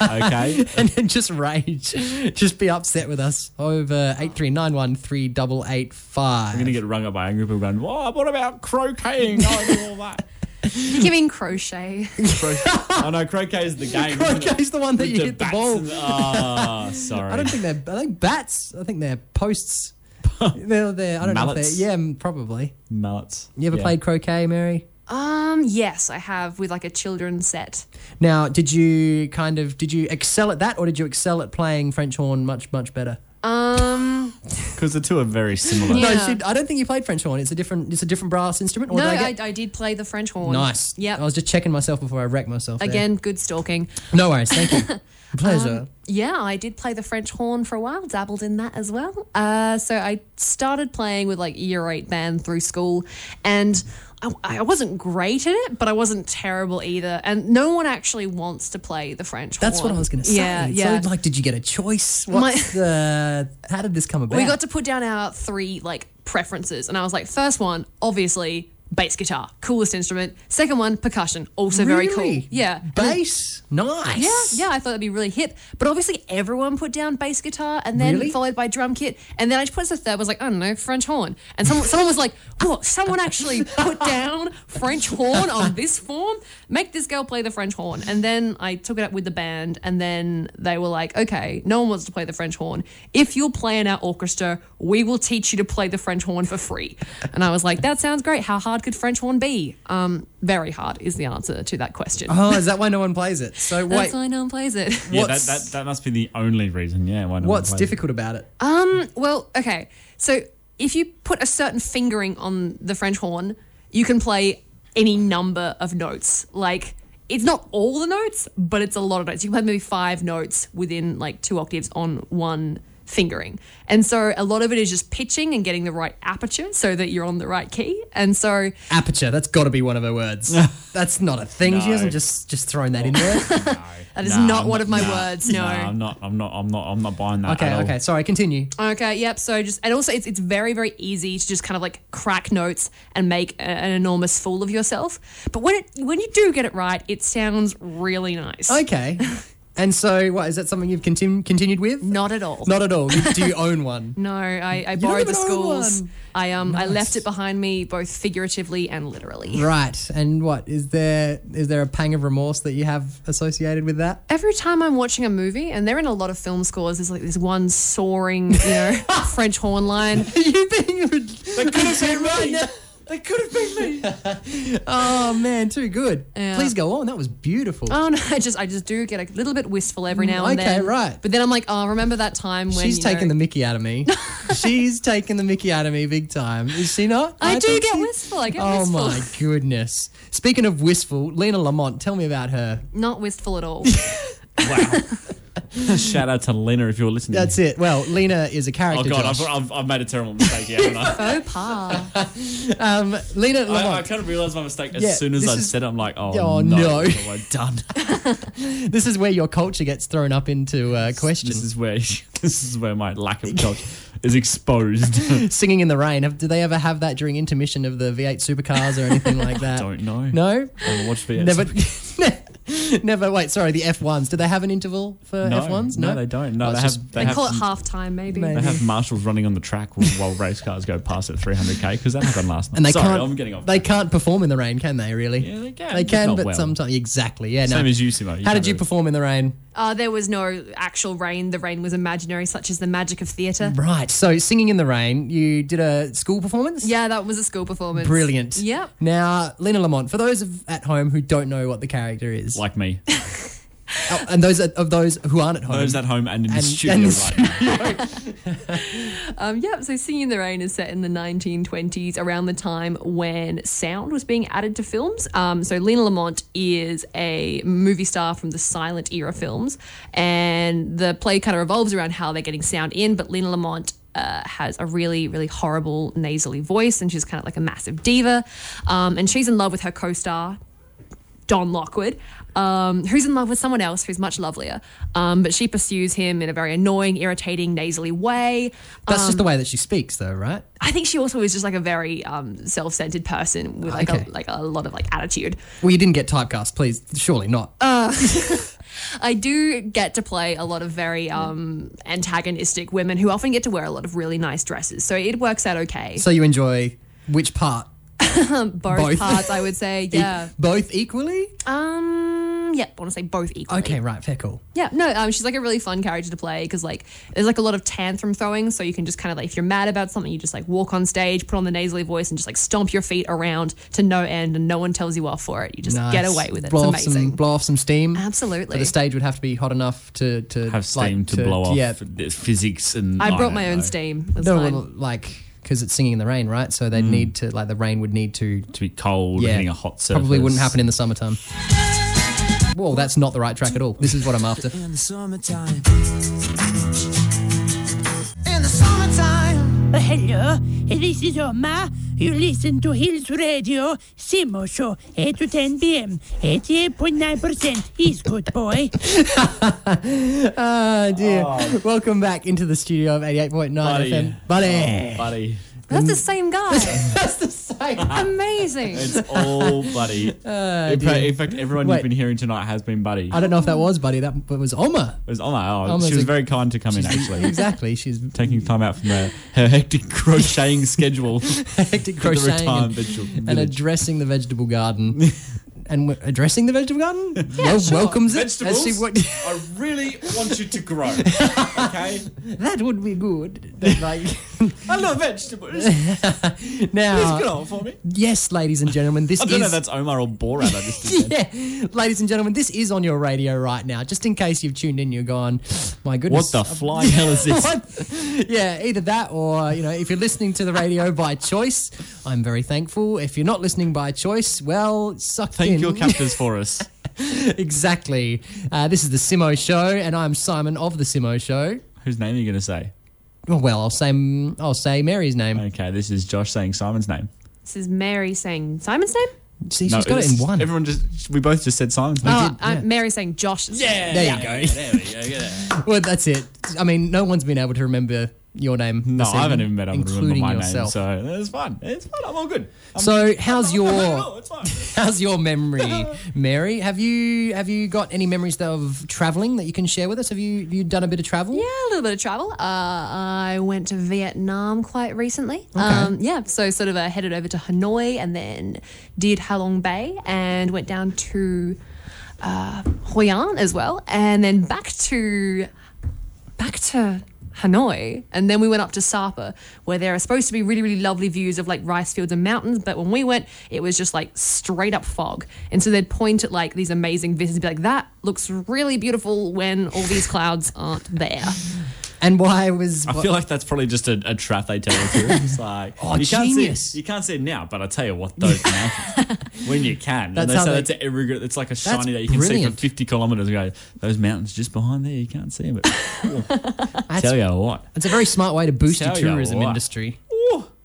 Okay? and then just rage, just be upset with us over eight three nine one three double eight five. *laughs* I'm going to get rung up by angry people going, oh, what about crocheting? I do all that. Giving crochet. Cro- oh, no, croquet is the game. isn't it? Crochet's the one that With *laughs* you the hit the bats ball. and the- *laughs* oh, sorry. I don't think they're. I think bats. I think they're *laughs* posts. they're, they're. I don't know. If Mallets? they're, yeah, m- probably. Mallets. You ever Yeah. played croquet, Mary? Um, yes, I have with like a children's set. Now, did you kind of did you excel at that, or did you excel at playing French horn much much better? Um, Because the two are very similar. Yeah. No, she, I don't think you played French horn. It's a different. It's a different brass instrument. Or no, did I get I, I did play the French horn. Nice. Yep. I was just checking myself before I wrecked myself. there. Again, Um, good stalking. No worries. Thank *laughs* you. Pleasure. Yeah, I did play the French horn for a while, dabbled in that as well. Uh, so I started playing with like year eight band through school, and I, I wasn't great at it, but I wasn't terrible either. And no one actually wants to play the French horn. That's what I was going to say. Yeah, yeah. So, like, did you get a choice? What's the? How did this come about? we got to put down our three like preferences, and I was like, first one, obviously bass guitar, coolest instrument. Second one, percussion, also very Really? cool. Yeah, And then- bass. Nice. Yeah, yeah, I thought that'd be really hip. But obviously, everyone put down bass guitar and then Really? followed by drum kit. And then I just put as a third, was like, I don't know, French horn. And someone, someone was like, what? Someone actually put down French horn on this form? Make this girl play the French horn. And then I took it up with the band, and then they were like, okay, no one wants to play the French horn. If you'll play in our orchestra, we will teach you to play the French horn for free. And I was like, that sounds great. How hard could French horn be? Um, very hard is the answer to that question. Oh, is that why no one plays it? So wait, That's why no one plays it. Yeah, that, What's- that, that must be the only reason. Yeah, why not? what's Why- difficult about it? Um. Well, okay. So if you put a certain fingering on the French horn, you can play any number of notes. Like it's not all the notes, but it's a lot of notes. You can play maybe five notes within like two octaves on one fingering. And so a lot of it is just pitching and getting the right aperture so that you're on the right key. And so Aperture. That's got to be one of her *laughs* words. that's not a thing. She No. hasn't just just thrown *laughs* that in there. that is Nah, not I'm one of my nah, words. No. nah, I'm not. I'm not. I'm not. I'm not buying that. okay. at all. Okay. Sorry. Continue. Okay, yep. So just and also it's it's very very easy to just kind of like crack notes and make a- an enormous fool of yourself. But when it when you do get it right, it sounds really nice. Okay. *laughs* and so, what is that? Something you've continu- continued with? Not at all. Not at all. You, do you own *laughs* one? no, I, I borrowed the even own schools. one. I um I left it behind me both figuratively and literally. Right. And what is there is there a pang of remorse that you have associated with that? *laughs* Every time I'm watching a movie, and they're in a lot of film scores, there's like this one soaring, you *laughs* know, French horn line. you being They could have been *laughs* right now. They could have been me. *laughs* oh man, too good. Yeah. Please go on. That was beautiful. Oh no, I just I just do get a little bit wistful every now and Mm, Okay, then. right. But then I'm like, oh, remember that time when She's you know- taking the mickey out of *laughs* me. She's taking the mickey out of me big time. Is she not? I do think get she- wistful. I get oh wistful. my goodness. Speaking of wistful, Lena Lamont, tell me about her. *laughs* Not wistful at all. Shout out to Lena if you're listening. That's it. Well, Lena is a Oh character. god, Josh. I've, I've, I've made a terrible mistake here. *laughs* haven't I? Faux pas. um, Lena I, I Lamont. kind of realised my mistake as Yeah, soon as this I is- said it. I'm like, oh, Oh, no, no. what have I done? this is where your culture gets thrown up into uh, *laughs* question. this is where *laughs* this is where my lack of culture *laughs* is exposed. Singing in the rain. Have, do they ever have that during intermission of the V8 supercars or anything *laughs* like that? Don't know. No. Never watched VS. Never. *laughs* Never. Wait. Sorry. The F1s. Do they have an interval for no, F1s? No, they don't. No, Oh, they it's have. just- they They have call it half time, maybe. Maybe. They have marshals running on the track while race cars go past at 300k because that happened last night. And they Sorry, can't. I'm getting off. They can't perform in the rain, can they? Really? Yeah, they can, They but can, not but well. sometimes exactly. Yeah. Same no. as you, Simo. How can't did you really- perform in the rain? Uh, there was no actual rain. The rain was imaginary, such is the magic of theatre. Right. So singing in the rain. You did a school performance. Yeah, that was a school performance. Brilliant. Yep. Now, Lena Lamont, for those of at home who don't know what the character is, *laughs* Like me. oh, and those of those who aren't at home, Those at home and in the And- studio and- right now. Um, yep. So Singing in the Rain is set in the 1920s, around the time when sound was being added to films. Um, so Lena Lamont is a movie star from the silent era films, and the play kind of revolves around how they're getting sound in. But Lena Lamont. Uh, has a really, really horrible nasally voice, and she's kind of like a massive diva. Um, and she's in love with her co star, Don Lockwood, um, who's in love with someone else who's much lovelier. Um, but she pursues him in a very annoying, irritating, nasally way. That's just the way that she speaks, though, right? I think she also is just like a very um, self-centered person with like Okay. a, like a lot of like attitude. Well, you didn't get typecast, please. Surely not. Uh, I do get to play a lot of Mm. very um, antagonistic women who often get to wear a lot of really nice dresses, so it works out okay. Um, so you enjoy which part? both, both. parts, I would say, *laughs* E- yeah. both equally? Um, yeah, I want to say both equally. Okay, right, fair cool. Yeah, no, um, she's like a really fun character to play because like there's like a lot of tantrum throwing, so you can just kind of like if you're mad about something, you just like walk on stage, put on the nasally voice, and just like stomp your feet around to no end, and no one tells you off for it. You just get Nice. away with it. Blow off it's amazing. Some, blow off some steam. But Absolutely. the stage would have to be hot enough to, to Have *laughs* steam like, to, blow off. Yeah, There's physics and. I brought don't my own know. steam. That's no, fine. well, like because it's singing in the rain, right? So they'd need to like the rain would need to. To Mm. be cold, Yeah, hitting a hot surface. Probably wouldn't happen in the summertime. Whoa, that's not the right track at all. This is what I'm *laughs* after. In the summertime. In the summertime. Hello, this is Omar. You listen to Hills Radio, Simo Show, 8 to 10 p.m. 88.9% is good, boy. Oh dear. Welcome back into the studio of 88.9 Buddy. Oh. FM. Buddy. Buddy. That's the *laughs* same guy. That's the same. amazing. *laughs* Oh, It's all buddy. in, fact, dear. in fact, everyone Oh, Wait. you've been hearing tonight has been buddy. I don't know if that was Buddy. That was Oma. It was, oh my, oh, Almost she was a- very kind to come *laughs* in, actually. Exactly. She's Taking time out from her, her hectic *laughs* *laughs* crocheting schedule. hectic crocheting retirement and, vigil- and village. addressing the vegetable *laughs* garden. and we addressing the vegetable garden? Wel- Welcomes it. Vegetables, As she would- I really want you to grow. Okay? *laughs* that would be good. But, *laughs* like I love vegetables. now, on for me. yes, ladies and gentlemen, this I don't know Uh, is if that's Omar or Borat. *laughs* I just did that. yeah, ladies and gentlemen, this is on your radio right now. Just in case you've tuned in, you're gone. *gasps* My What goodness, the fly hell is this? What? *laughs* Yeah, either that or, you know, if you're listening to the radio by choice, I'm very thankful. If you're not listening by choice, well, suck Thank in. your captors for us. *laughs* exactly. Uh, this is The Simo Show, and I'm Simon of The Simo Show. Whose name are you going to say? Oh, Well, I'll say, I'll say Mary's name. Okay, this is Josh saying Simon's name. this is Mary saying Simon's name. See, she's got it in it's- one. Everyone just, we both just said Simon's name. oh, did, uh, yeah. Mary saying Josh's. Yeah. there you go. *laughs* There we go. *laughs* get it. well, that's it. I mean, no one's been able to remember your name. No, this I haven't evening, even met him to remember including my yourself. name, so Oh it's fine. It's fine. I'm all good. I'm, So, how's *laughs* I'm all good. your No, *laughs* it's fine. how's your *laughs* memory, Mary? Have you have you got any memories of traveling that you can share with us? Have you you done a bit of travel? a little bit of travel. Uh, I went to Vietnam quite recently. Um, yeah, so sort of uh, headed over to Hanoi and then did Ha Long Bay and went down to uh, Hoi An as well, and then back to back to Hanoi, and then we went up to Sapa, where there are supposed to be really, really lovely views of like rice fields and mountains. But when we went, it was just like straight up fog. And so they'd point at like these amazing vistas and be like, that looks really beautiful when all these clouds aren't there. And why was I feel like that's probably just a, a trap they tell us. all. It's like Oh, you can't genius. see you can't see it now, but I tell you what, those *laughs* mountains when you can. That's and they how say they- that to every. group. It's like a shiny that you can see brilliant. for fifty kilometers. and Go those mountains just behind there. You can't see them. But *laughs* That's- tell you what, it's a very smart way to boost your Tell you tourism what. industry.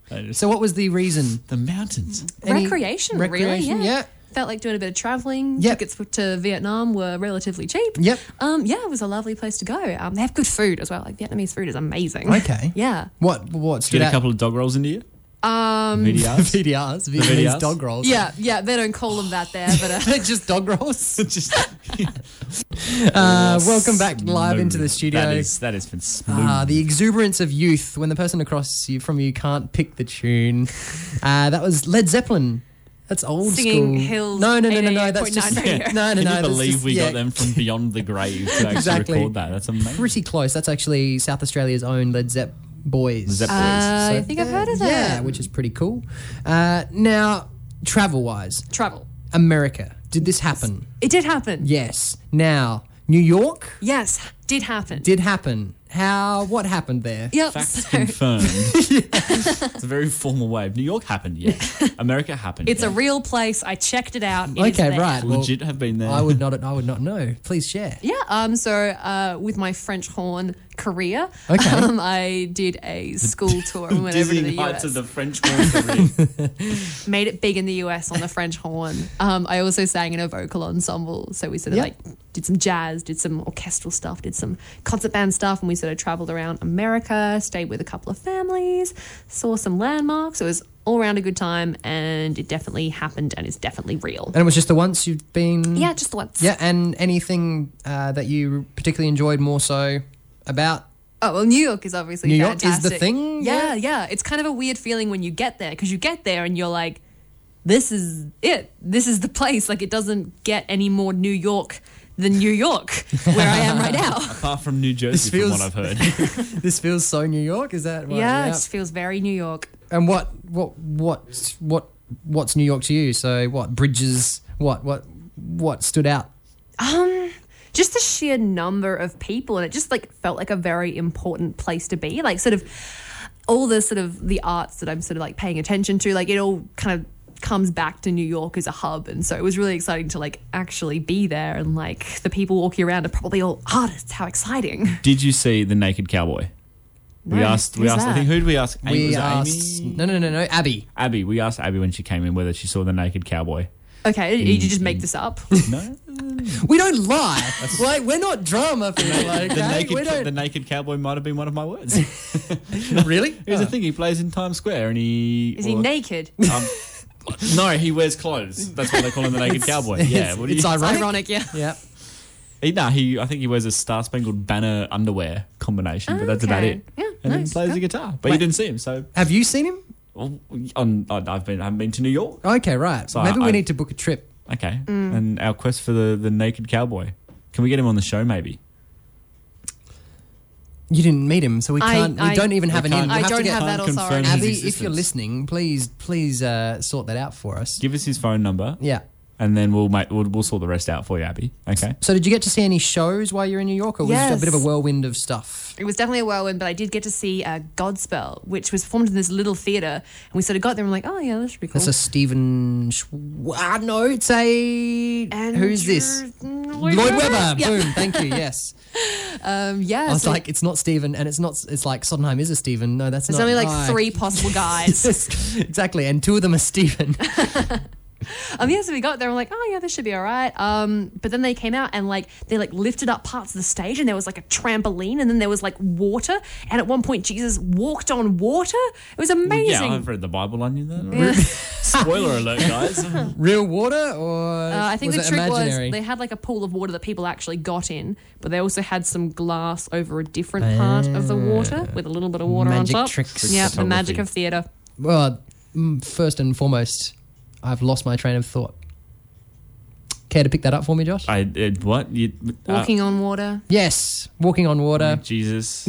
They just- So what was the reason? the mountains. Any- recreation, recreation, really, yeah. yeah. Felt like doing a bit of traveling. Yep. Tickets to Vietnam were relatively cheap. Yep. Um, yeah, it was a lovely place to go. Um, they have good food as well. Like Vietnamese food is amazing. Okay. Yeah. What what Get stood a out? *laughs* couple of dog rolls into you. Um, VDRs. VDRs, VDRs? Vietnamese dog rolls. yeah, yeah. They don't call them that there, but uh, *laughs* *laughs* just dog *laughs* rolls. just Uh, welcome back live into the studio. That is that has been smooth. Ah, the exuberance of youth when the person across you from you can't pick the tune. Uh, that was Led Zeppelin. That's old Singing school. Hills No, no, no, no, no. 88.9 That's *laughs* just *laughs* no, no, radio. no. Can you that's believe just- we yeah, got them from beyond *laughs* the grave to actually Exactly. record that? That's amazing. pretty close. That's actually South Australia's own Led Zepp boys. Zepp boys. Uh, I think I've they're- heard of Yeah, them. which is pretty cool. Uh, now, travel wise, travel. America. Did this happen? It did happen. Yes. Now, New York Yes, did happen. did happen. How? What happened there? *laughs* Yep. Facts so- confirmed. it's a very formal way. New York *laughs* happened, yeah. America happened. *laughs* it's a yeah. real place. I checked it out. It is Okay, there. right. well, legit have been there. I *laughs* would not. I would not know. Please share. Yeah. Um. So, uh, with my French horn career, Okay. *laughs* um, I did a school tour and went over to the Dizzying heights US. of the French *laughs* War. made it big in the US on the French horn. Um, I also sang in a vocal ensemble, so we sort of Yeah. like did some jazz, did some orchestral stuff, did some concert band stuff, and we sort of traveled around America, stayed with a couple of families, saw some landmarks. It was all around a good time, and it definitely happened and is definitely real. And it was just the once you've been. Yeah, just the once. Yeah, and anything uh, that you particularly enjoyed more so about. Oh well, New York is obviously New York is the fantastic. thing, yeah. Yeah, yeah, It's kind of a weird feeling when you get there because you get there and you're like, "This is it. This is the place." Like it doesn't get any more New York than New York, where I am *laughs* right now. Apart from New Jersey, feels- from what *laughs* I've heard. This feels so New York. Is that right? yeah, it just feels very New York. And what what what what what's New York to you? So what bridges? What what what stood out? Um, just the sheer number of people, and it just like felt like a very important place to be. Like sort of all the sort of the arts that I'm sort of like paying attention to, like it all kind of comes back to New York as a hub, and so it was really exciting to like actually be there, and like the people walking around are probably all artists. How exciting! *laughs* Did you see the naked cowboy? We No, asked. We who's asked. I that? think who did Uh, we ask? Amy- was we it asked. Amy? No, no, no, no. Abby. Abby. We asked Abby when she came in whether she saw the naked cowboy. Okay, did you just make this up? Mm-hmm. No, We don't *laughs* lie. like we're not drama people. Like the naked we ca- the don't. naked cowboy might have been one of *laughs* my words. really? Here's the thing. He plays in Times Square, and he Is he or- naked? Um, no, he wears clothes. That's why they call him the naked cowboy. Yeah, what do you? It's ironic. Ironic, yeah. Yeah. He, nah, he. I think he wears a star spangled banner underwear combination, but that's about Okay. it. Yeah, and nice. he plays the guitar, but you didn't see him. So Have you seen him? well, on, on, I've been. I haven't been to New York. Okay, right. So Maybe I- we I- need to book a trip. Okay, Mm. and our quest for the the naked cowboy. Can we get him on the show? Maybe. You didn't meet him, so we I- can't. we I- don't even We have an in. can't- We'll I to don't get- have that Can't confirm authority. his Abby, if existence. you're listening, please please uh, sort that out for us. give us his phone number. Yeah. And then we'll make we'll, we'll sort the rest out for you, Abby. Okay. So did you get to see any shows while you're in New York, or was it Yes. a bit of a whirlwind of stuff? It was definitely a whirlwind, but I did get to see uh, Godspell, which was formed in this little theatre. And we sort of got there and we're like, oh, yeah, that should be cool. That's a Stephen. Schw- ah, no, it's a who's this? Lloyd Lloyd Webber. Yeah. Boom. Thank you. *laughs* Yes. Um, yeah. I was so like, it's not Stephen, and it's not. It's like Soddenheim is a Stephen. No, that's there's not. only like right. three possible *laughs* guys. Yes, exactly, and two of them are *laughs* Stephen. um, yeah, so we got there and we're like, oh, yeah, this should be all right. Um, but then they came out and like, they like lifted up parts of the stage and there was like a trampoline and then there was like water. And at one point, Jesus walked on water. It was amazing. Yeah, I've read the Bible. I knew that. Spoiler alert, guys. Real water, or Uh, I think was the it trick imaginary? was they had like a pool of water that people actually got in, but they also had some glass over a different part of the water with a little bit of water Ah. Magic on top. tricks. Yeah, the magic of theatre. Well, mm, first and foremost, I've lost my train of thought. Care to pick that up for me, Josh? I it, what you uh, Walking on water. yes, walking on water. *laughs* Jesus,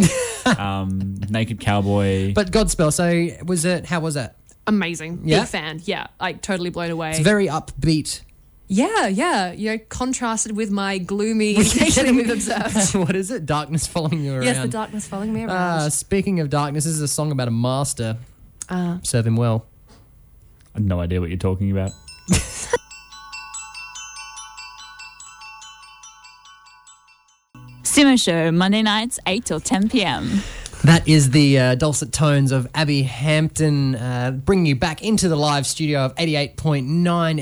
um, naked cowboy. But Godspell. So was it? How was that? Amazing. Yeah? Big fan. Yeah, like totally blown away. *laughs* It's very upbeat. *laughs* Yeah, yeah. You know, contrasted with my *laughs* gloomy *laughs* engagement with observed. what is it? Darkness following you around. Yes, the darkness following me around. Ah, speaking of darkness, this is a song about a master. Ah. Serve him well. I have no idea what you're talking about. Simo Show, Monday nights, 8 till 10 p.m. That is the uh, dulcet tones of Abby Hampton uh, bringing you back into the live studio of 88.9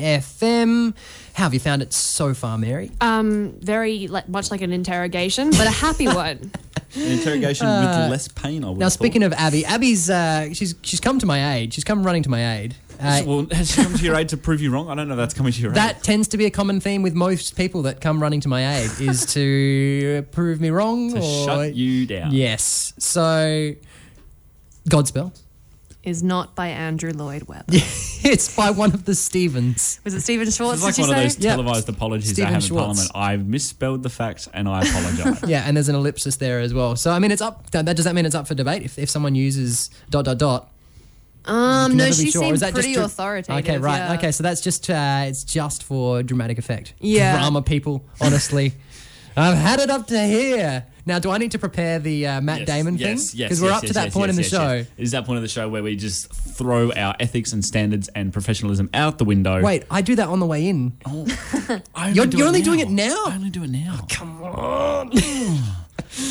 FM. How have you found it so far, Mary? Um, very like, much like an interrogation, but *laughs* a happy one. An interrogation Uh, with less pain, I would Now, have speaking thought. of Abby, Abby's uh, she's she's come to my aid. She's come running to my aid. Uh, well, has she come to your aid to prove you wrong? I don't know if that's coming to your aid. that tends to be a common theme with most people that come running to my aid is to *laughs* prove me wrong to or shut you down. yes. So, Godspell. *laughs* Is not by Andrew Lloyd Webber. it's by one of the Stevens. Was it Stephen Schwartz? It's like did you one of say? those Yeah. televised apologies Stephen they have Schwartz. in Parliament. I misspelled the facts *laughs* and I apologise. yeah, and there's an ellipsis there as well. So I mean, it's up. That that- does that mean it's up for debate? If if someone uses dot dot dot, you Um, can no, never be she sure. Or seemed is that just pretty to- authoritative. Okay, right. yeah. Okay, so that's just uh, it's just for dramatic effect. Yeah. drama people. Honestly, *laughs* I've had it up to here. Now, do I need to prepare the uh, Matt Yes, Damon thing? yes, yes, because we're yes, up to yes, that yes, point yes, in the yes, show. yes. Is that point of the show where we just throw our ethics and standards and professionalism out the window? Wait, I do that on the way in. I You're, do you're only now. doing it now. Oh, I only do it now. come *laughs* on.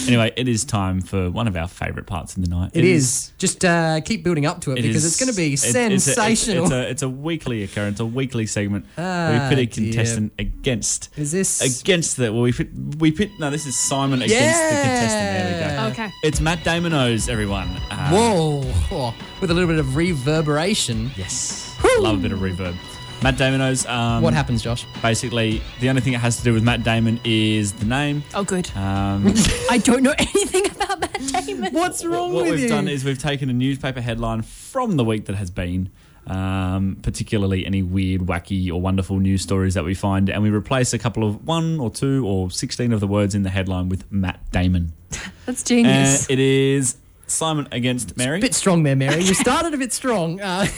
anyway, it is time for one of our favourite parts of the night. it is. just uh, keep building up to it, it because is- it's going to be it- it's a- it's- sensational. It's a, it's, a, weekly occurrence, a weekly segment. where Ah, we pit a dear. contestant against Is this against that. Well, we pit, we pit. No, this is Simon against the contestant. There we go. Yeah. Okay. It's Matt Damon O's everyone. Uh, Whoa, *laughs* Oh, with a little bit of reverberation. Yes. Love a bit of reverb. Matt Damon O's. Um, What happens, Josh? Basically, the only thing it has to do with Matt Damon is the name. Oh, good. Ah. *laughs* Um, I don't know *laughs* anything about Matt Damon. What's wrong what with we've you? done is we've taken a newspaper headline from the week that has been, um, particularly any weird, wacky, or wonderful news stories that we find, and we replace a couple of one or two or 16 of the words in the headline with Matt Damon. That's And Uh, genius. it is Simon against Mary. bit strong there, Mary. *laughs* You started a bit strong. Uh, *laughs*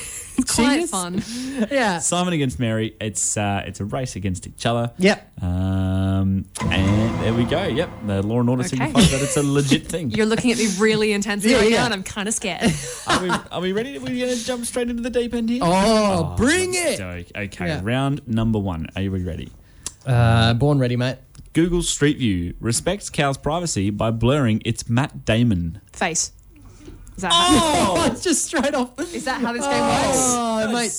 Quite genius. fun. Yeah. Simon against Mary. It's uh, it's a race against each other. Yep. Um, and there we go. Yep, the law and order Okay. signifies that it's a *laughs* legit thing. You're looking at me really intensely Yeah, right yeah. now, and I'm kind of scared. are, we, are we ready? Are we going to jump straight into the deep end here? Oh, bring Let's it. do Okay, Yeah. round number one. Are you ready? Uh, born ready, mate. Google Street View respects cow's privacy by blurring its Matt Damon. Face. Is that, *laughs* how, Oh, it's *laughs* just straight off. is that how this game works? Oh, mate.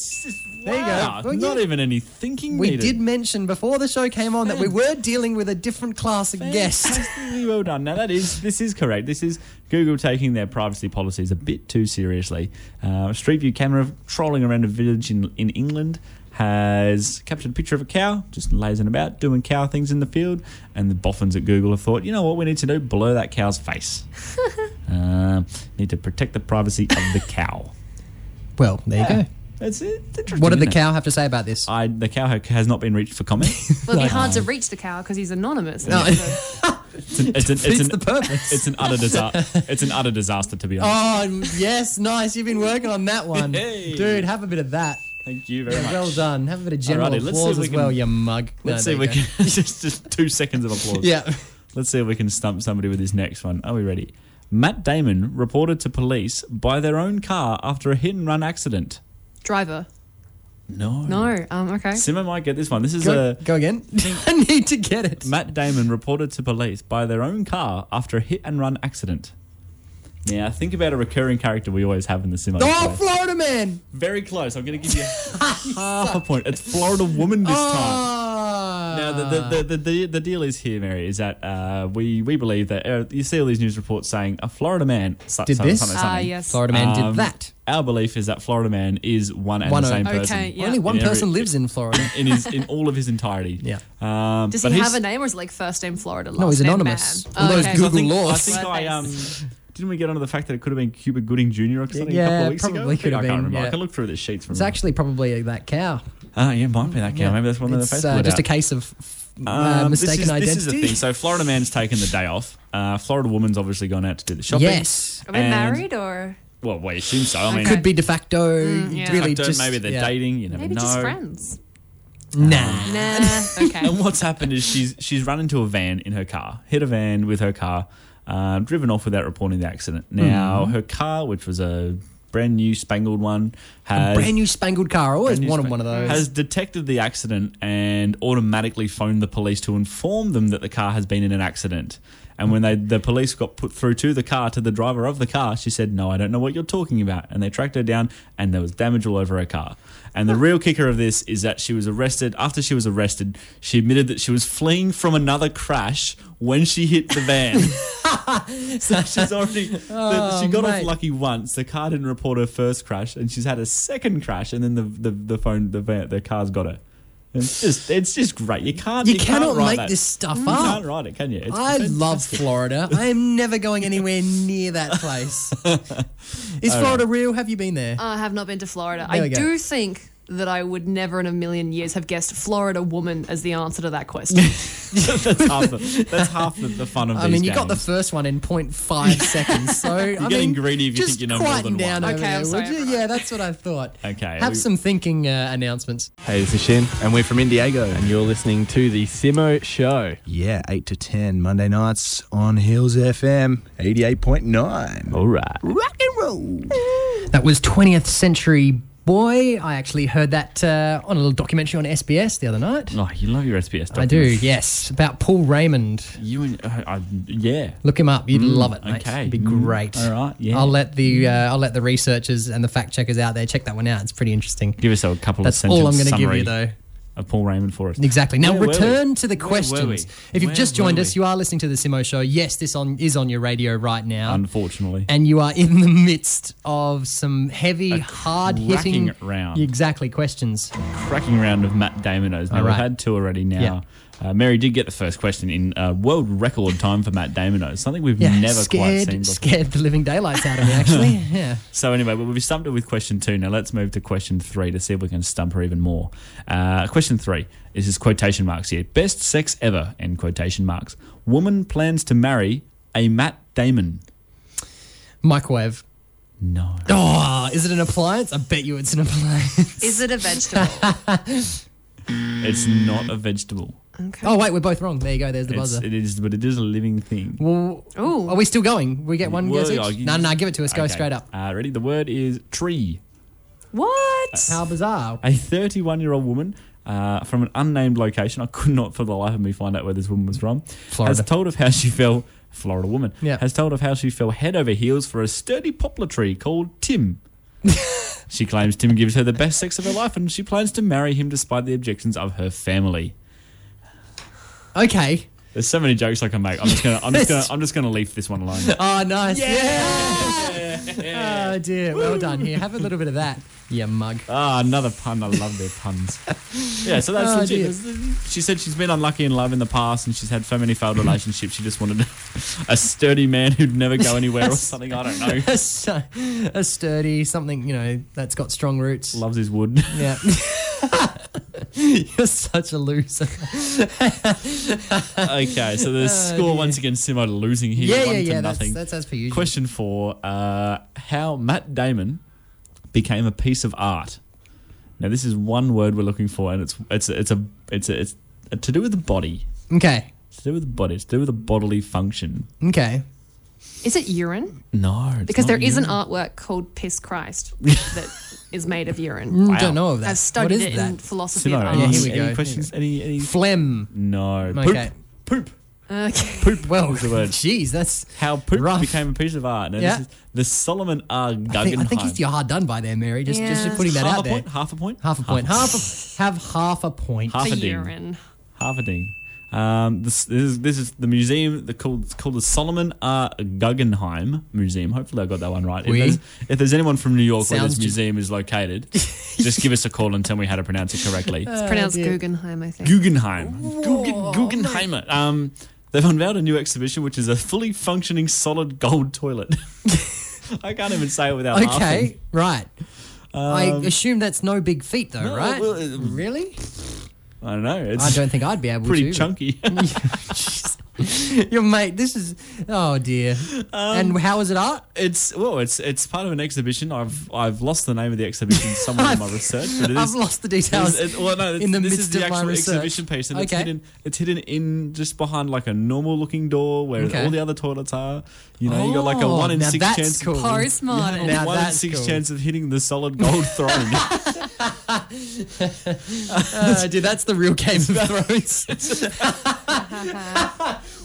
There you go. Wow, Well, not yeah. even any thinking We needed. did mention before the show came on that we were dealing with a different class of guest. Fantastically well done. Now that is this is correct. This is Google taking their privacy policies a bit too seriously. Uh, a Street View camera trolling around a village in, in England has captured a picture of a cow just lazing about doing cow things in the field, and the boffins at Google have thought, you know what we need to do? Blur that cow's *laughs* face. uh, need to protect the privacy of the cow. Well, there you go. That's it. It's interesting, What did the isn't it? cow have to say about this? I, the cow ha- has not been reached for comment. Well, it'd be hard to reach the cow because he's anonymous. *laughs* No. It's an, it's an, it's Oh, It's an, the *laughs* purpose. it's an utter disaster. It's an utter *laughs* disaster to be honest. Oh, yes, nice. You've been working on that one. Hey. Dude, have a bit of that. Thank you very much. Well done. Have a bit of general Alrighty, let's see if applause we as can- well, you mug. Let's No, see if we there you can *laughs* just, just two seconds of applause. go. Yeah. Let's see if we can stump somebody with this next one. Are we ready? Matt Damon reported to police by their own car after a hit and run accident. Driver. No. No. Mm. Um, okay. Simmer might get this one. This is Go, a go again. *laughs* I need to get *laughs* it. Matt Damon reported to police by their own car after a hit and run accident. Now think about a recurring character we always have in the Simmer. Oh, Florida man. Very close. I'm going to *laughs* give you *laughs* half a point. It's Florida woman this Oh. time. Now the the, the, the, the deal is here, Mary, is that uh, we we believe that uh, you see all these news reports saying a Florida man su- Did something, this? something, Ah, something." yes. Florida man Um, did that. Our belief is that Florida man is one and One the o- same okay. person. Yeah. Only one In every- person lives in Florida. In his in all of his entirety. *laughs* Yeah. Um, Does but he he's- have a name or is it like first name Florida? Last No, he's name anonymous. Man? Oh, All those okay. I Google think, I laws. think I um. *laughs* Didn't we get onto the fact that it could have been Cuba Gooding Jr. or something a couple Yeah, of weeks ago? probably I could have can't been, remember. I yeah. can look through the sheets from. It's actually probably that cow. Ah, yeah, might be that cow. Yeah. Maybe that's one of It's, the faces. uh, put just out. a case of uh, Um, mistaken this is, identity. This is the thing. So Florida man's taken the day off. Uh, Florida woman's obviously gone out to do the shopping. yes. Are they And- married or Well, we assume so. I mean, Okay. Could be de facto. yeah. Really, don't- just maybe they're yeah. dating. You never *laughs* maybe know. just friends? Nah. Nah. Okay. *laughs* And what's happened is she's she's run into a van in her car, hit a van with her car, uh, driven off without reporting the accident. Mm-hmm. Now her car, which was a brand new spangled one, has Brand new spangled car. I always Um, brand new wanted spangled- one of those. Has detected the accident and automatically phoned the police to inform them that the car has been in an accident. And when they the police got put through to the car to the driver of the car, she said, "No, I don't know what you're talking about." And they tracked her down, and there was damage all over her car. And the real kicker of this is that she was arrested. After she was arrested, she admitted that she was fleeing from another crash when she hit the van. *laughs* so she's *laughs* already the- she got off Oh, mate. lucky once. The car didn't report her first crash, and she's had a second crash, and then the the, the phone the van, the car's got her. It's just it's just great. You can't You can't cannot write make that. Mm. this stuff You up. can't write it, can you? It's I love *laughs* Florida. I am never going anywhere near that place. Is Florida real? Have you been Uh, there? I have not been to Florida. There we I go. do think that I would never in a million years have guessed Florida woman as the answer to that *laughs* question. that's half the, that's half the, the fun of I these mean, you got the games. first one in *laughs* 0.5 seconds, so You're I getting mean, greedy if you just think you know more quieten than down over one. Okay, there, I'm sorry, would you? everyone. Yeah, that's what I thought. Okay, have we- some thinking uh, announcements. Hey, this is Shin, and we're from Indiego. And you're listening to The Simo Show. Yeah, 8 to 10 Monday nights on Hills FM 88.9. All right. Rock and roll. That was 20th Century Boy. I actually heard that uh, on a little documentary on SBS the other night. Oh, you love your SBS. I do, yes, about Paul Raymond. You and uh, I, yeah. Look him up. You'd love it, mate. okay. It'd be Mm, great. all right, yeah. I'll let the uh, I'll let the researchers and the fact checkers out there check that one out. It's pretty interesting. Give us a couple That's of sentence all I'm going to give summary you, though. of Paul Raymond for us. Exactly. Now Where were return we? to the Where were we? questions. If you've Where just joined were us, we? you are listening to the Simo Show. Yes, this on is on your radio right now, Unfortunately, and you are in the midst of some heavy, hard hitting cracking round. Exactly questions. cracking round of Matt Damonos. Now All we've right. had two already. Now. Uh, Mary did get the first question in uh, world record time for Matt Damonos, something we've Yeah, never quite scared, seen before. scared the living daylights out of me. Actually, *laughs* yeah. So anyway, well, we've stumped her with question two. Now let's move to question three to see if we can stump her even more. Uh, question three is his quotation marks here. Best sex ever, end quotation marks. Woman plans to marry a Matt Damon. Microwave. No. Oh, is it an appliance? I bet you it's an appliance. Is it a vegetable? It's not a vegetable. Okay. Oh wait, we're both wrong. There you go. There's the It's, buzzer. it is, but it is a living thing. Well, *laughs* Ooh. are we still going? We get one Well, guess oh, each. you No, no, no, just- give it to us. Go Okay. straight up. Uh, ready? The word is tree. What? How bizarre. A 31 year old woman uh, from an unnamed location, I could not for the life of me find out where this woman was from, Florida. has told of how she fell, Florida woman, Yeah. has told of how she fell head over heels for a sturdy poplar tree called *laughs* Tim. she claims Tim gives her the best sex of her life and she plans to marry him despite the objections of her family. Okay. There's so many jokes I can make. I'm just gonna, I'm just gonna, I'm just gonna leave this one alone. Oh, nice. Yeah. Oh dear. Well done. Here, have a little bit of that. Yeah, mug. *laughs* Ah, another pun. I love their puns. Yeah, so that's Oh, legit. dear. That's- She said she's been unlucky in love in the past, and she's had so many failed relationships. She just wanted a sturdy man who'd never go anywhere *laughs* or something. I don't know. A, stu- a sturdy something, you know, that's got strong roots. Loves *laughs* his wood. Yeah. You're such a *laughs* loser. okay, so the score once again, Simo losing Oh, here, Yeah, yeah, one to yeah. That's, nothing. that's as per usual. Question four: uh, How Matt Damon became a piece of art. Now, this is one word we're looking for, and it's it's it's a it's a, it's a, to do with the body. Okay. It's to do with the body. It's to do with the bodily function. Okay. Is it urine? No, it's Because not there is an urine. artwork called *laughs* Piss Christ that is made of urine. Mm, Don't know of that. I've studied what is it that? in philosophy Simo, of any, Yeah, art. here we any go. questions? Any any? Phlegm. no. Okay. Poop. Poop. Okay. Poop. Well, *laughs* the word. jeez, that's. How poop Rough. became a piece of art. Now, Yeah. this is the Solomon R. I think, Guggenheim. I think he's you're hard done by there, Mary. Just, Yeah. just putting that half out a there. point. Half a point. Half a point. Half a, have half a point. Half For a ding. urine. Half a ding. Um, this, this is this is the museum the, called it's called the Solomon R. Guggenheim Museum. Hopefully, I got that one right. If Oui. there's, if there's anyone from New York where Sounds this ju- museum is located, just give us a call and tell me how to pronounce *laughs* it correctly. It's Oh, pronounced Guggenheim, I think. Guggenheim. Guggen, Guggenheimer. Um, they've unveiled a new exhibition, which is a fully functioning solid gold toilet. *laughs* I can't even say it without laughing. Okay, right. I assume that's no big feat, though, Um, No, right? well, it- really? I don't know. It's I don't think I'd be able to. pretty chunky. *laughs* Your mate, this is oh dear. Um, and how is it art? *laughs* It's well, it's it's part of an exhibition. I've I've lost the name of the exhibition somewhere in my research, but *laughs* it is, I've lost the details it is- it- well, no, it's- in the this midst is the of my actual research. exhibition piece, and it's Okay. hidden. It's hidden in just behind like a normal looking door where Okay. Oh, all the other toilets are. You know, you got like a one in now six that's chance. cool. Postmodern. Now one in that's six cool. chance of hitting the solid gold *laughs* throne. Uh, dude, that's the real Game *laughs* of Thrones.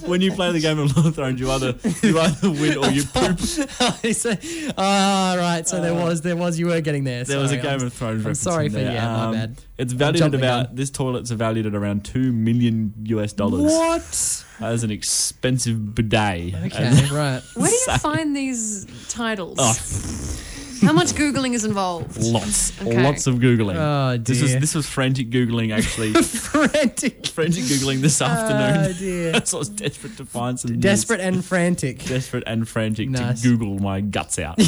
*laughs* when you play the game of Lord of Thrones, you either *laughs* you either win or you poop. It's a- Ah, right. So there was, there was. You were getting there. Uh, There was a Sorry, I'm- Game of Thrones. I'm reference sorry in for- there. Um, yeah, my bad. It's I valued at jumped the about this toilets are valued at around two million US dollars. What? As an expensive bidet. Okay, right. Where do you find these titles? Oh. How much googling is involved? *laughs* Lots, Okay. lots of googling. Oh, This was dear. this was frantic googling *laughs* actually. Frantic. frantic googling this afternoon. Oh, dear. *laughs* so I was desperate to find some news. Desperate and *laughs* frantic. desperate and frantic Nice. to Google my *laughs* guts out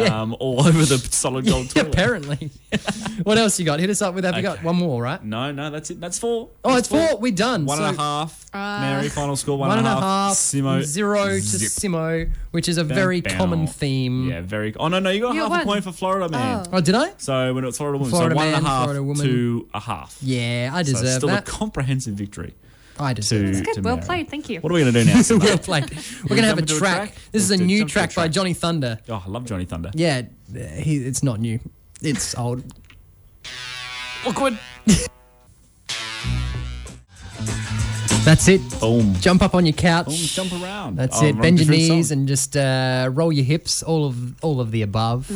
um, all over the solid gold toilet. Apparently. *laughs* what else you got? Hit us up with. Have you got Okay. one more? Right. No, no, that's it. That's four. Oh, it's That's four. We're done. One and a So- uh, half. Mary, final score, One and a half, Simo, zero to zip. Simo, which is a Bam, very bam. common theme. Yeah, very. Oh, no, no, you got You half got a one. point for Florida Man. Oh, did I? So when it's Florida Woman, Florida so one and a Man, half Florida Woman. to a half. Yeah, I So deserve still that. a comprehensive victory I to, deserve that. That's to good. Well Mary. played. Thank you. What are we going to do *laughs* now? Simo? well played. We're gonna have jump a into a track. track? This is a Let's do- new jump to a track by track. Johnny Thunder. oh, I love Johnny Thunder. Yeah, uh, he, it's not new. *laughs* It's old. Awkward. That's it. Boom. Jump up on your couch. Boom. Jump around. That's Oh, it. wrong Bend your different knees song. and just uh, roll your hips. All of all of the above.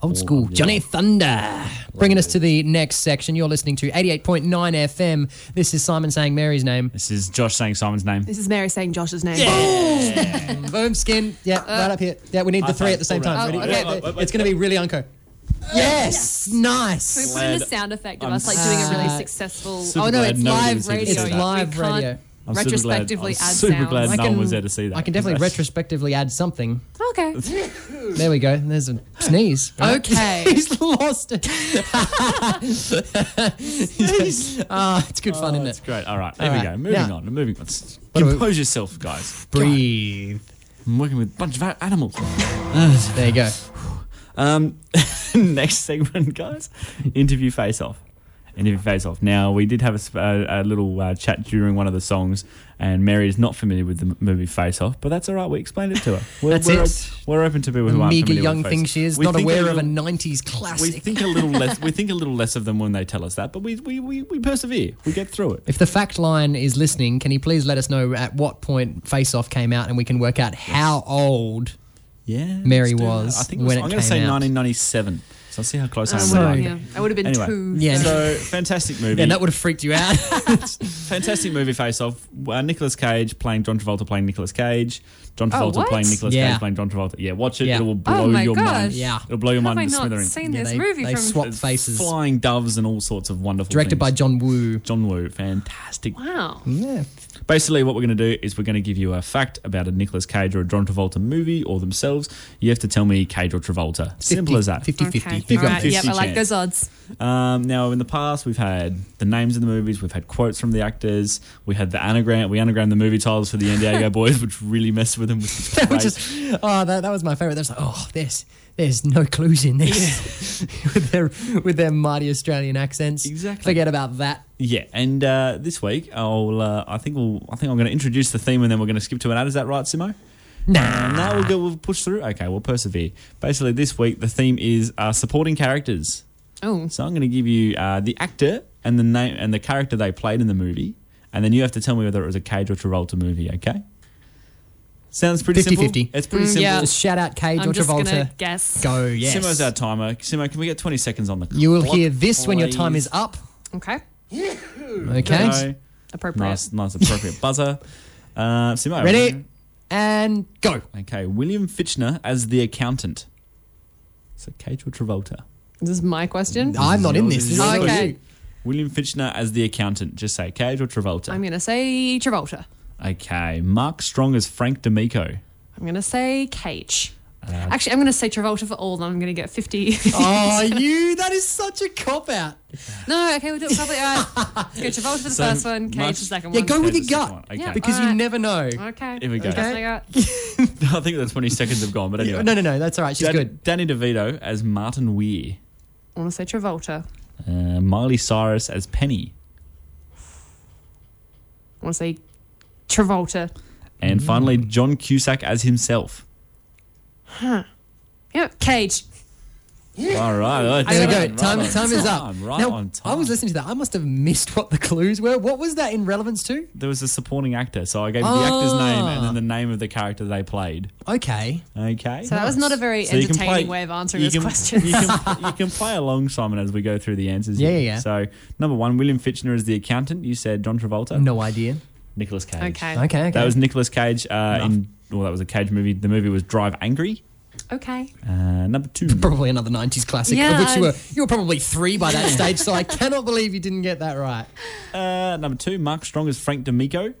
Old All school of the Johnny Thunder. Bringing us to the next section. You're listening to 88.9 FM. This is Simon saying Mary's *laughs* name. This is Josh saying Simon's name. This is Mary saying Josh's name. Boom skin. Yeah, right up here. Yeah, we need the high three five. at the same Uh, All right. time. Oh, Ready? okay. Yeah, It's going to be really unco. Yes. Can we Nice. put in a Glad- sound effect of I'm us like doing a really so- successful? super oh no, glad it's nobody live was able to radio. do It's that. live we can't radio. I'm super retrospectively glad, I'm add super sounds. glad no can- one was there to see that. I can definitely That's- retrospectively add something. *laughs* Okay. There we go. There's a sneeze. right? Okay. *laughs* He's lost it. Ah, it's good fun, Oh, isn't *laughs* that's it? great. All right, there All we right. go. Moving Now- on. Moving on. do we- Compose yourself, guys. Breathe. I'm working with a bunch of a- animals. There you go. Um, *laughs* next segment, guys. Interview face off. Interview face off. Now we did have a, sp- a, a little uh, chat during one of the songs, and Mary is not familiar with the m- movie Face Off, but that's all right. We explained it to her. We're, That's we're, it. We're open to people A who aren't meager familiar young with Face thing Off. she is, We not think aware of a little- 90s We classic. *laughs* think a little less. We think a little less of them when they tell us that, but we we, we, we persevere. We get through it. if the fact line is listening, can you please let us know at what point Face Off came out and we can work out how old? Yeah, Mary let's do that. was I think it when was, it I'm came going to say out. 1997. So I'll see how close I am. So- with that. yeah, Oh, I would have been Anyway. two. Yeah. So fantastic movie. Yeah, that would have freaked you *laughs* out. Fantastic movie Face Off. Uh, Nicolas Cage playing John Travolta playing Nicolas Cage. John Oh, Travolta what? playing Nicolas Yeah. Cage playing John Travolta. Yeah, watch it. Yeah. It will blow Oh my your mind. gosh. Yeah. It'll blow your Have mind I into not smithereens. seen Yeah, this they- movie they from? swap faces. Flying doves and all sorts of wonderful. Directed things. by John Woo. John Woo. Fantastic. Wow. Yeah. Basically, what we're going to do is we're going to give you a fact about a Nicolas Cage or a John Travolta movie or themselves. You have to tell me Cage or Travolta. Simple as that. 50 50. Okay. 50. All right. 50 Yep, I like chance. those odds. Um, now, in the past, we've had the names of the movies, we've had quotes from the actors, we had the anagram, we anagrammed the movie titles for the Indiego Boys, which really messed with them, which was *laughs* great. Which is, oh, that, that was my favorite. There's like, oh, there's there's no clues in this *laughs* with their with their mighty Australian accents. Exactly. Forget about that. yeah, and uh, this week, I'll, uh, I think we'll, I think I'm going to introduce the theme, and then we're going to skip to an ad. Is that right, Simo? Nah. And now we'll go, we'll push through. Okay, we'll persevere. Basically, this week the theme is uh, supporting characters. Oh. So I'm going to give you uh, the actor and the name and the character they played in the movie, and then you have to tell me whether it was a Cage or Travolta movie. Okay. Sounds pretty simple. 50-50. It's pretty Mm, simple. yeah. Just Uh, shout out Cage I'm or just Travolta. gonna guess. Go, yes. Simo's our timer. Simo, can we get 20 seconds on the clock? you will hear this when your time please? is up. Okay. Okay. No. Appropriate. Nice, nice appropriate buzzer. Uh, Simo. Ready? And go. Okay, William Fitchner as the accountant. So Cage or Travolta? This is my question. I'm not in this. This This is is yours. all Okay. you. William Fitchner as the accountant. Just say Cage or Travolta. I'm gonna say Travolta. okay, Mark Strong as Frank D'Amico. I'm gonna say Cage. Uh, Actually, I'm going to say Travolta for all, then I'm going to get 50. *laughs* Oh, you! That is such a cop out. no, okay, we'll do it properly. All right. *laughs* Let's go Travolta for the So first one, Cage much- the second Yeah, one. go with your the second gut one, okay. because you Alright. never know. Okay. Here we go. That's what I got. *laughs* I think the 20 seconds have gone, but anyway. Yeah, *laughs* No, no, no. That's all right. She's Dan- good. Danny DeVito as Martin Weir, I want to say Travolta. uh, Miley Cyrus as Penny, I want to say Travolta. and finally Mm. John Cusack as himself. Yep, Cage. All right, all right, There we right go. on Time, time is up. time, Right now, on time. I was listening to that. I must have missed what the clues were. What was that in relevance to? there was a supporting actor, so I gave the actor's name and Oh. then the name of the character they played. Okay. Okay. So that was not a very So you can entertaining play- way of answering You this can, question. you, *laughs* can, you can play along, Simon, as we go through the answers. Yeah, here. yeah, yeah. So, number one, William Fitchner is the accountant. You said John Travolta. No idea. Nicholas Cage. Okay. Okay. okay. That was Nicolas Cage uh, in. Well, that was a Cage movie. The movie was Drive Angry. Okay. Uh, number *laughs* two. probably another '90s classic, Yeah, of which you I- were you were probably three by that stage. So I cannot believe you didn't get that right. Uh, number two. Mark Strong is Frank D'Amico.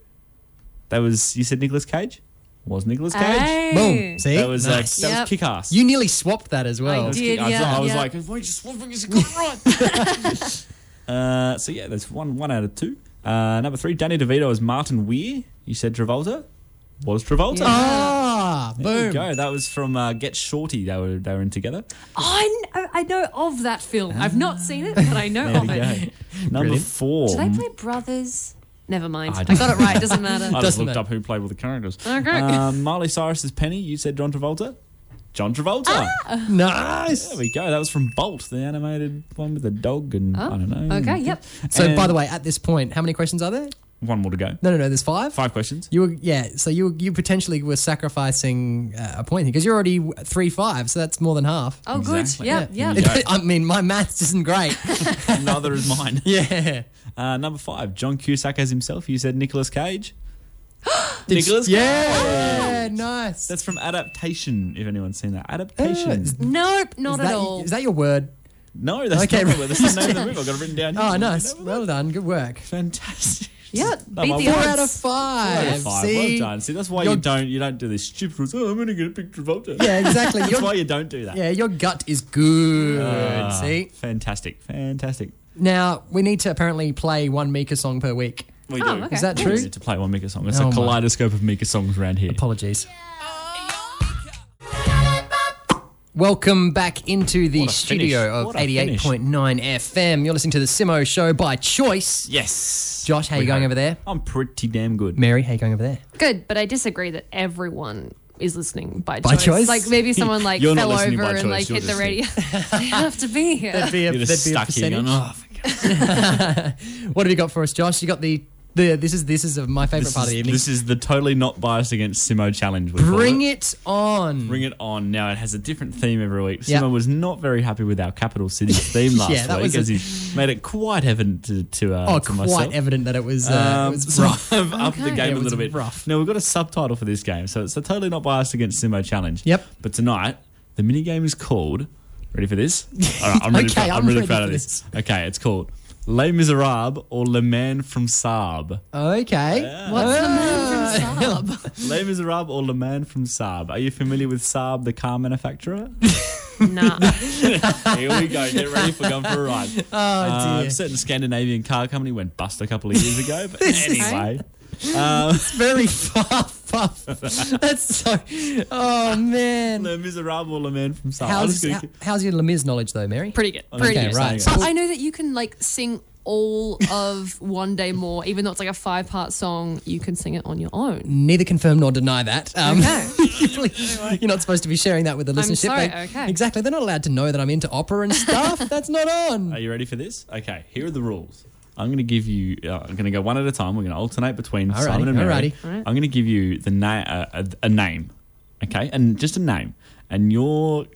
That was you said Nicolas Cage. Was Nicolas Cage? Hey. Boom. See, That was uh, Nice. that Yep. was kick ass. you nearly swapped that as well. I did. I was, yeah, I was yeah. like, why are you just one finger's got it *laughs* right? uh, so yeah, that's one one out of two. Uh, number three, Danny DeVito is Martin Weir. You said Travolta. Was Travolta? Ah, There you boom. go. That was from uh, Get Shorty. They were they were in together. I, kn- I know of that film. I've not seen it, but I know There of we it. go. *laughs* Number Brilliant. four. Do they play brothers? Never mind. I I, don't got it right. Doesn't *laughs* matter. I just Doesn't looked it? up who played all the characters. Okay. Um, Miley Cyrus is Penny. You said John Travolta. John Travolta. Ah! Nice. There we go. That was from Bolt, the animated one with the dog and I don't know. Oh. Okay. Yep. So, by And- the way, at this point, how many questions are there? one more to go. No, no, no. There's five. Five questions. You were yeah. So you were, you potentially were sacrificing uh, a point because you're already three five. So that's more than half. Oh, Exactly. good. Yep. Yeah. *laughs* Yep. Yeah. I mean, my maths isn't great. *laughs* Neither is mine. yeah. Uh, number five, John Cusack as himself. You said Nicolas Cage. *gasps* Did- Nicolas Yeah. Nice. That's from Adaptation. If anyone's seen that, Yeah, Adaptation. it's- Nope. is Not that, at all. Is that your word? no, that's Okay, not right. *laughs* that's the name of the movie. I've got it written down. here. Oh, Did you nice. know that? Well done. Good work. Fantastic. Yeah, No, beat my the one Four odds. out of out five. of five. See? Well done. See, that's why Your- you don't you don't do this stupid. rules. Oh, I'm going to get a big Travolta. Yeah, exactly. that's Your- why you don't do that. Yeah, your gut is good. Ah, See? fantastic, fantastic. Now, we need to apparently play one Mika song per week. We Oh, do. okay. Is that We true? need to play one Mika song. It's Oh, a my. kaleidoscope of Mika songs around here. Apologies. Welcome back into the What a finish. studio of What a finish. 88.9 FM. You're listening to The Simo Show by choice. Yes. Josh, how you We going hope. over there? I'm pretty damn good. Mary, how you going over there? Good, but I disagree that everyone is listening by, By choice. choice? Like maybe someone *laughs* like You're not fell listening over by and choice, like you're hit the just radio. they *laughs* have to *laughs* be here. Be a, You're just stuck here. Going, oh, for Oh, *laughs* What have you got for us, Josh? You got the, the this is this is of my favourite This part is, of the evening. this is the totally not biased against Simo challenge. we call Bring it on. Bring it on. Now, it has a different theme every week. Simo Yeah. was not very happy with our capital *laughs* city theme last Yeah, that week, was as a- he made it quite evident to, to, uh, Oh, to quite myself. evident that it was, uh, Um, it was so rough. I've upped the Okay. game It a was little bit. rough. Now, we've got a subtitle for this game, so it's the totally not biased against Simo challenge. Yep. But tonight, the mini game is called. Ready for this? *laughs* All right, I'm really, Okay, proud, I'm I'm really ready proud for of this. Okay, it's called Les Miserables or Le Man from Saab. Okay. What's the man from Saab? Les Miserables or Le Man from Saab? Are you familiar with Saab, the car manufacturer? nah. *laughs* Here we go. Get ready for going for a ride. Oh, *laughs* Oh, dear. A certain Scandinavian car company went bust a couple of years ago. *laughs* But anyway, It's very far, far. *laughs* That's so. Oh, man. Les Miserables or Le Man from Saab. I'm How's, just gonna how, keep- how's your Lemiz knowledge, though, Mary? Pretty good. I'm just Pretty gonna Okay, good. keep right. saying But I know that you can like sing all of *laughs* One Day More, even though it's like a five part song, you can sing it on your own. Neither confirm nor deny that. Um, *laughs* you're not supposed to be sharing that with the listenership. sorry, They- okay. Exactly. They're not allowed to know that I'm into opera and stuff. That's not it. Are on. you ready for this? Okay. Here are the rules. I'm going to give you. Uh, I'm going to go one at a time. We're going to alternate between Alrighty, Simon and Mary. alrighty. I'm going to give you the na- uh, a, a name, okay, and just a name, and your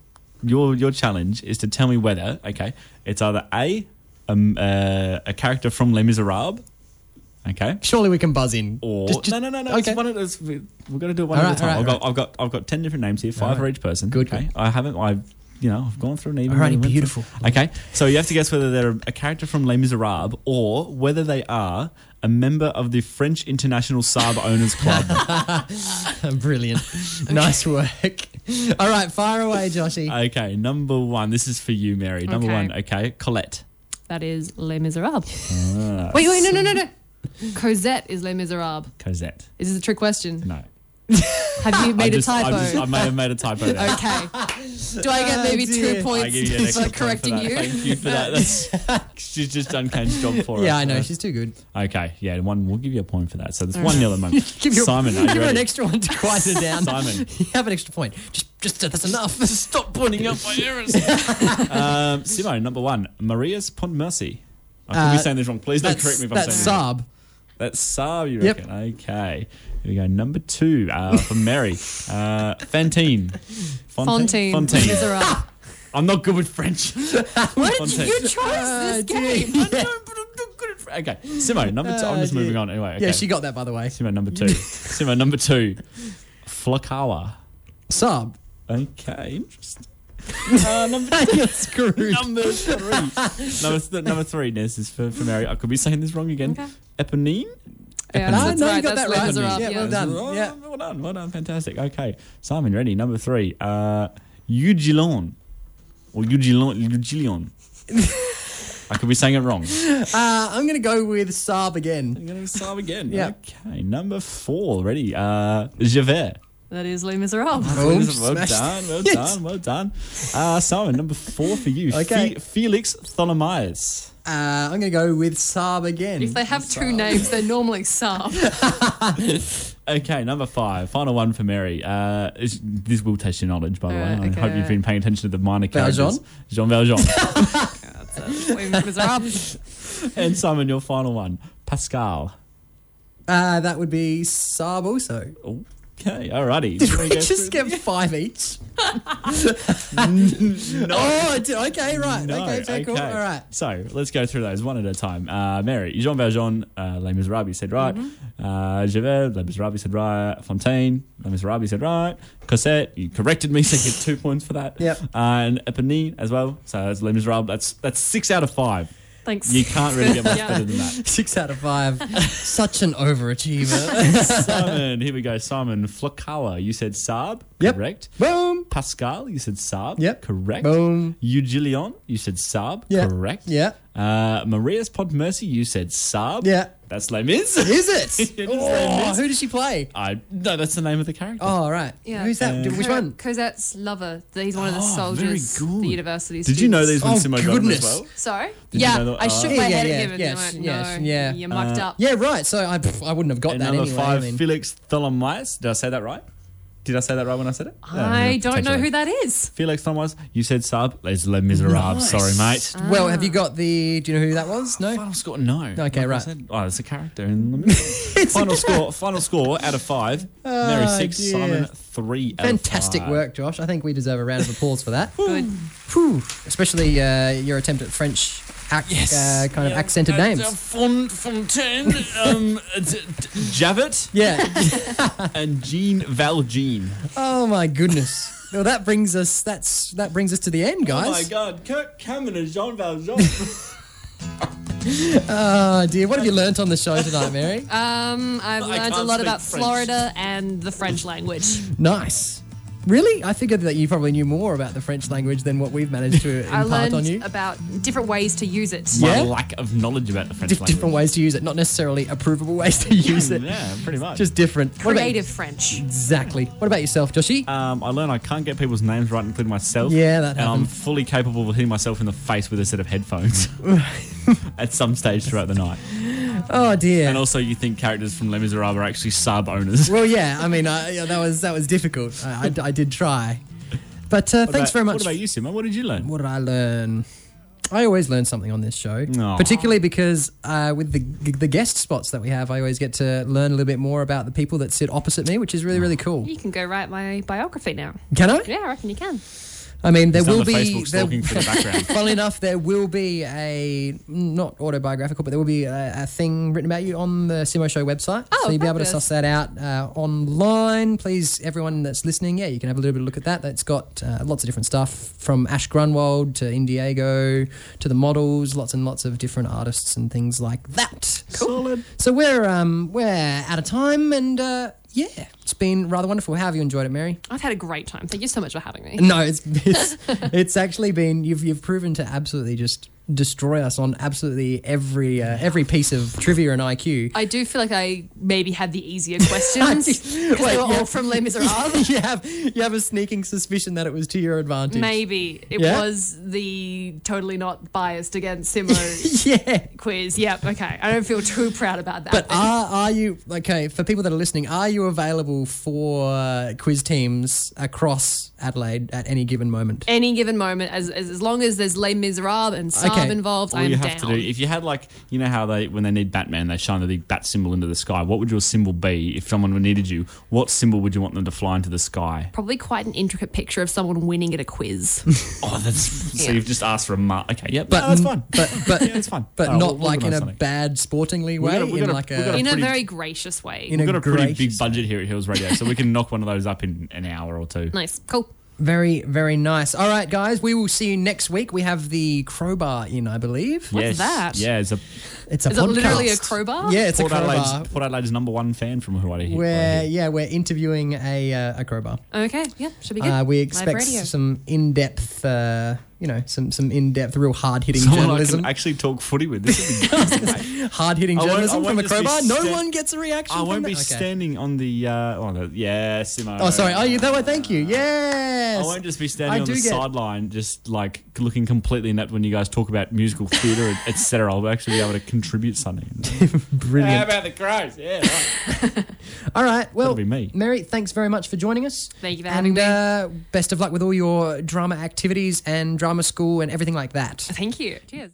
your your challenge is to tell me whether okay, it's either a um, uh, a character from Les Miserables, okay, Surely we can buzz in. or Just- just- no, no, no, no. Okay. It's one of those, we, we're going to do it one All at right, a time. all right, I've, got, I've got, I've got ten different names here, five for each person. Good, Okay. good. I haven't. I've, you know, I've gone through an even. All righty, went through- beautiful. Okay. So you have to guess whether they're a character from Les Miserables or whether they are a member of *laughs* the French International Saab Owners Club. *laughs* Brilliant. Nice work. All right, fire away, Joshy. Okay, number one. This is for you, Mary. Number Okay. one. Okay, Colette. That is Les Miserables. Ah, Wait, wait, no, no, no, no. Cosette is Les Miserables. Cosette. Is this a trick question? No. Have I, you made just, a I, typo? just, I may have made a typo there. *laughs* okay. Do I get Oh, maybe dear. two I points give you an extra *laughs* for point for correcting that. you? Thank you for *laughs* that. That's, she's just done Kane's job for us. Yeah, I know. She's too good. Okay, yeah, one. We'll give you a point for that. So that's *laughs* one nil at the moment. Give, you, Simon, *laughs* are you give her an ready? extra one to quiet her down. Simon. *laughs* You have an extra point. Just, just uh, that's enough. *laughs* Stop pointing out my errors. um, Simo, number one, Maria's Pont Mercy. I could Uh, be saying this wrong. Please don't That's, correct me if I'm saying that's this wrong. Saab. That's Saab, you Yep. reckon? Okay. Here we go. Number two uh, for Mary. Uh, Fantine. Fontaine. Les Fontaine. Miserables. I'm not good *laughs* with French. What? Fontaine. You chose Uh, this *laughs* game. I know, but *laughs* I'm not good at French. Okay. Simo, number two. I'm just Oh, moving dear. on anyway. Okay. Yeah, she got that by the way. Simo, number two. Simo, number two. Flakawa. *laughs* Saab. Okay. Interesting. Uh, *laughs* You're screwed. Number three. number, th- number three. Now, This is for, for Mary. I could be saying this wrong again. Okay. Eponine? Yeah, no, that's no, right. you got That's that Les right. Miserables, Yeah, well yeah. done. Oh, Yeah. Well done. Well done. Fantastic. Okay. Simon, ready. Number three. Uh, Eugilon. Or Eugilon. Eugilon. I could be saying *laughs* it wrong. Uh, I'm going to go with Saab again. I'm going to start again. Yeah. Okay. Number four. Ready. Uh, Javert. That is Les Miserables. Boom, well smashed. done, well *laughs* Yes. done, well done. Uh, Simon, number four for you. Okay. Fe- Felix Tholomaeus. Uh, I'm going to go with Saab again. *laughs* If they have two names, they're *laughs* normally Saab. Okay, number five, final one for Mary. Uh, is- this will test your knowledge, by the Uh, way. I okay. hope you've been paying attention to the minor characters. Valjean? Jean Valjean. *laughs* Les Miserables. and Simon, your final one, Pascal. Uh, that would be Saab also. Okay, *laughs* alrighty. Did Shall we go just through get five *laughs* each? no. Oh, d- Oh, okay, right. No, okay, Jack, cool. All right. So let's go through those one at a time. Uh, Mary, Jean Valjean, uh, Les Miserables you said right. Uh, Javert, Les Miserables you said right. Fontaine, Les Miserables you said right. Cosette, you corrected me, so you get two points for that. Yep. Uh, and Eponine as well. So that's Les Miserables. That's that's six out of five. Thanks. You can't really get much Yeah. better than *laughs* that. Six out of *laughs* five. Such an overachiever. Simon, here we go. Simon Flakawa, you said Saab, Yep. correct. *laughs* Boom. Pascal, you said Saab, Yep. correct. Boom. Eugilion, you said Saab, Yeah. correct. Yeah. Uh, Maria's Pod Mercy, you said Saab. Yeah. That's Les Mis. Is it? It is oh, horrendous. who does she play? *laughs* I no, that's the name of the character. Oh, right. Yeah. Who's Uh, that? Which Co- one? Cosette's lover. He's one of the Oh, very soldiers. The good. university. Did you know students. these when Oh, Simo got them as goodness. well? Sorry. Did you yeah, know Ah. that- I shook Yeah, my yeah, head yeah, at him and yes, I went, yes, no, yeah. you mucked Uh, up. Yeah, right. So I, pff, I wouldn't have got And that number anyway. five, I mean. Felix Tholomyès. Did I say that right? Did I say that right when I said it? I don't know potentially. who that is. Felix Tholomyès. You said Saab. Les Les Miserables. Sorry, mate. Well, have you got the? Do you know who that was? No. *laughs* Final score, no. Like I right. said, oh, it's a character *laughs* in the movie. final score, final score out of five. Mary Oh, six, dear. Simon three. out of Fantastic five. work, Josh. I think we deserve a round of applause for *laughs* that. Good. Whew. Especially uh, your attempt at French ac- uh, kind of accented Uh, names. Fon- Fontaine, um, *laughs* d- d- Javert, *laughs* Yeah. *laughs* and Jean Valjean. oh my goodness. Well, that brings us. That's that brings us to the end, guys. Oh, God, Kirk Cameron and Jean Valjean. Oh dear. What have you learnt on the show tonight, *laughs* Mary? Um, I've I learned a can't lot speak about French. Florida and the French language. nice. Really? I figured that you probably knew more about the French language than what we've managed to *laughs* I impart on you. learned about different ways to use it. My Yeah? lack of knowledge about the French Dif- *laughs* language. Mm, different ways to use it, not necessarily approvable ways to use it. Yeah, pretty much. Just different. What about- Creative French. exactly. What about yourself, Joshy? um, I learned I can't get people's names right, including myself. Yeah, that And I'm happened. fully capable of hitting myself in the face with a set of *laughs* headphones at some stage throughout the night. oh dear. And also, you think characters from Les Miserables are actually sub owners. Well, yeah. I mean, I, yeah, that was that was difficult. I, I, I did try, but uh, thanks About- very much. What about you, Simo? What did you learn? What did I learn? I always learn something on this show, Aw. particularly because uh, with the the guest spots that we have, I always get to learn a little bit more about the people that sit opposite me, which is really really cool. You can go write my biography now. Can I? Yeah, I reckon you can. I mean, there It's will on be the Facebook there- stalking for *laughs* the background. Funnily enough, there will be a not autobiographical, but there will be a, a thing written about you on the Simo Show website. Oh, so you'll be able to fabulous. suss that out uh, online. Please, everyone that's listening, yeah, you can have a little bit of look at that. That's got uh, lots of different stuff from Ash Grunwald to Indiego to the models, lots and lots of different artists and things like that. Cool. So we're um, we're out of time, and uh, yeah, it's been rather wonderful. How have you enjoyed it, Mary? I've had a great time. Thank you so much for having me. No, it's it's, it's actually been you've you've proven to absolutely just destroy us on absolutely every uh, every piece of trivia and IQ. I do feel like I maybe had the easier questions Wait, because they were yeah. all from *laughs* Les *laughs* Miserables. you have you have a sneaking suspicion that it was to your advantage. Maybe it Yeah? was the totally not biased *laughs* against Simo *laughs* Yeah. quiz. Yep, okay. I don't feel too proud about that. But are are you okay for people that are listening? Are you available for uh, quiz teams across Adelaide at any given moment? any given moment, as, as as long as there's Les Miserables and Saab Okay. involved, All I'm you down. have to do, if you had like, you know how they when they need Batman, they shine the big bat symbol into the sky. What would your symbol be if someone needed you? What symbol would you want them to fly into the sky? Probably quite an intricate picture of someone winning at a quiz. Oh, that's *laughs* Yeah. so you've just asked for a mark. Okay, yep, But- no, that's fine. But but *laughs* Yeah, it's fine. but All right, not we'll- we'll like in organise a something. bad sportingly way. gotta- we in gotta- like we gotta- a in a pretty- very gracious way. in We've got a pretty gracious- big budget here at Hills Radio, so we can knock one of those up in an hour or two. nice. Cool. very very nice. All right, guys, we will see you next week. We have the crowbar in, I believe. What's that? Yeah, it's a It's a Is it literally a podcast. crowbar? Yeah, it's Port, a crowbar. Adelaide's, Port Adelaide's number one fan from who I hear. We're yeah, we're interviewing a uh, a crowbar. Okay. Yeah. Should be good. Uh, we Live expect radio. some in depth, uh, you know, some some in depth, real hard hitting Someone I journalism. can actually talk footy with. *laughs* This would be great. Hard hitting I won't- journalism I from won't a just be crowbar. No sta- one gets a reaction. I from won't that? be Okay. standing on the. Uh, oh, no, yeah, Simo. Oh, sorry. Oh, you that way. Thank you. Yes. I won't just be standing I on do the get- sideline, just like looking completely inept when you guys talk about musical theatre, etc. I'll actually be able to contribute something. How Brilliant. about the crows? Yeah, right. All right. Well, That'll be me. Mary, thanks very much for joining us. Thank you for and, having me. uh, best of luck with all your drama activities and drama school and everything like that. Thank you. Cheers.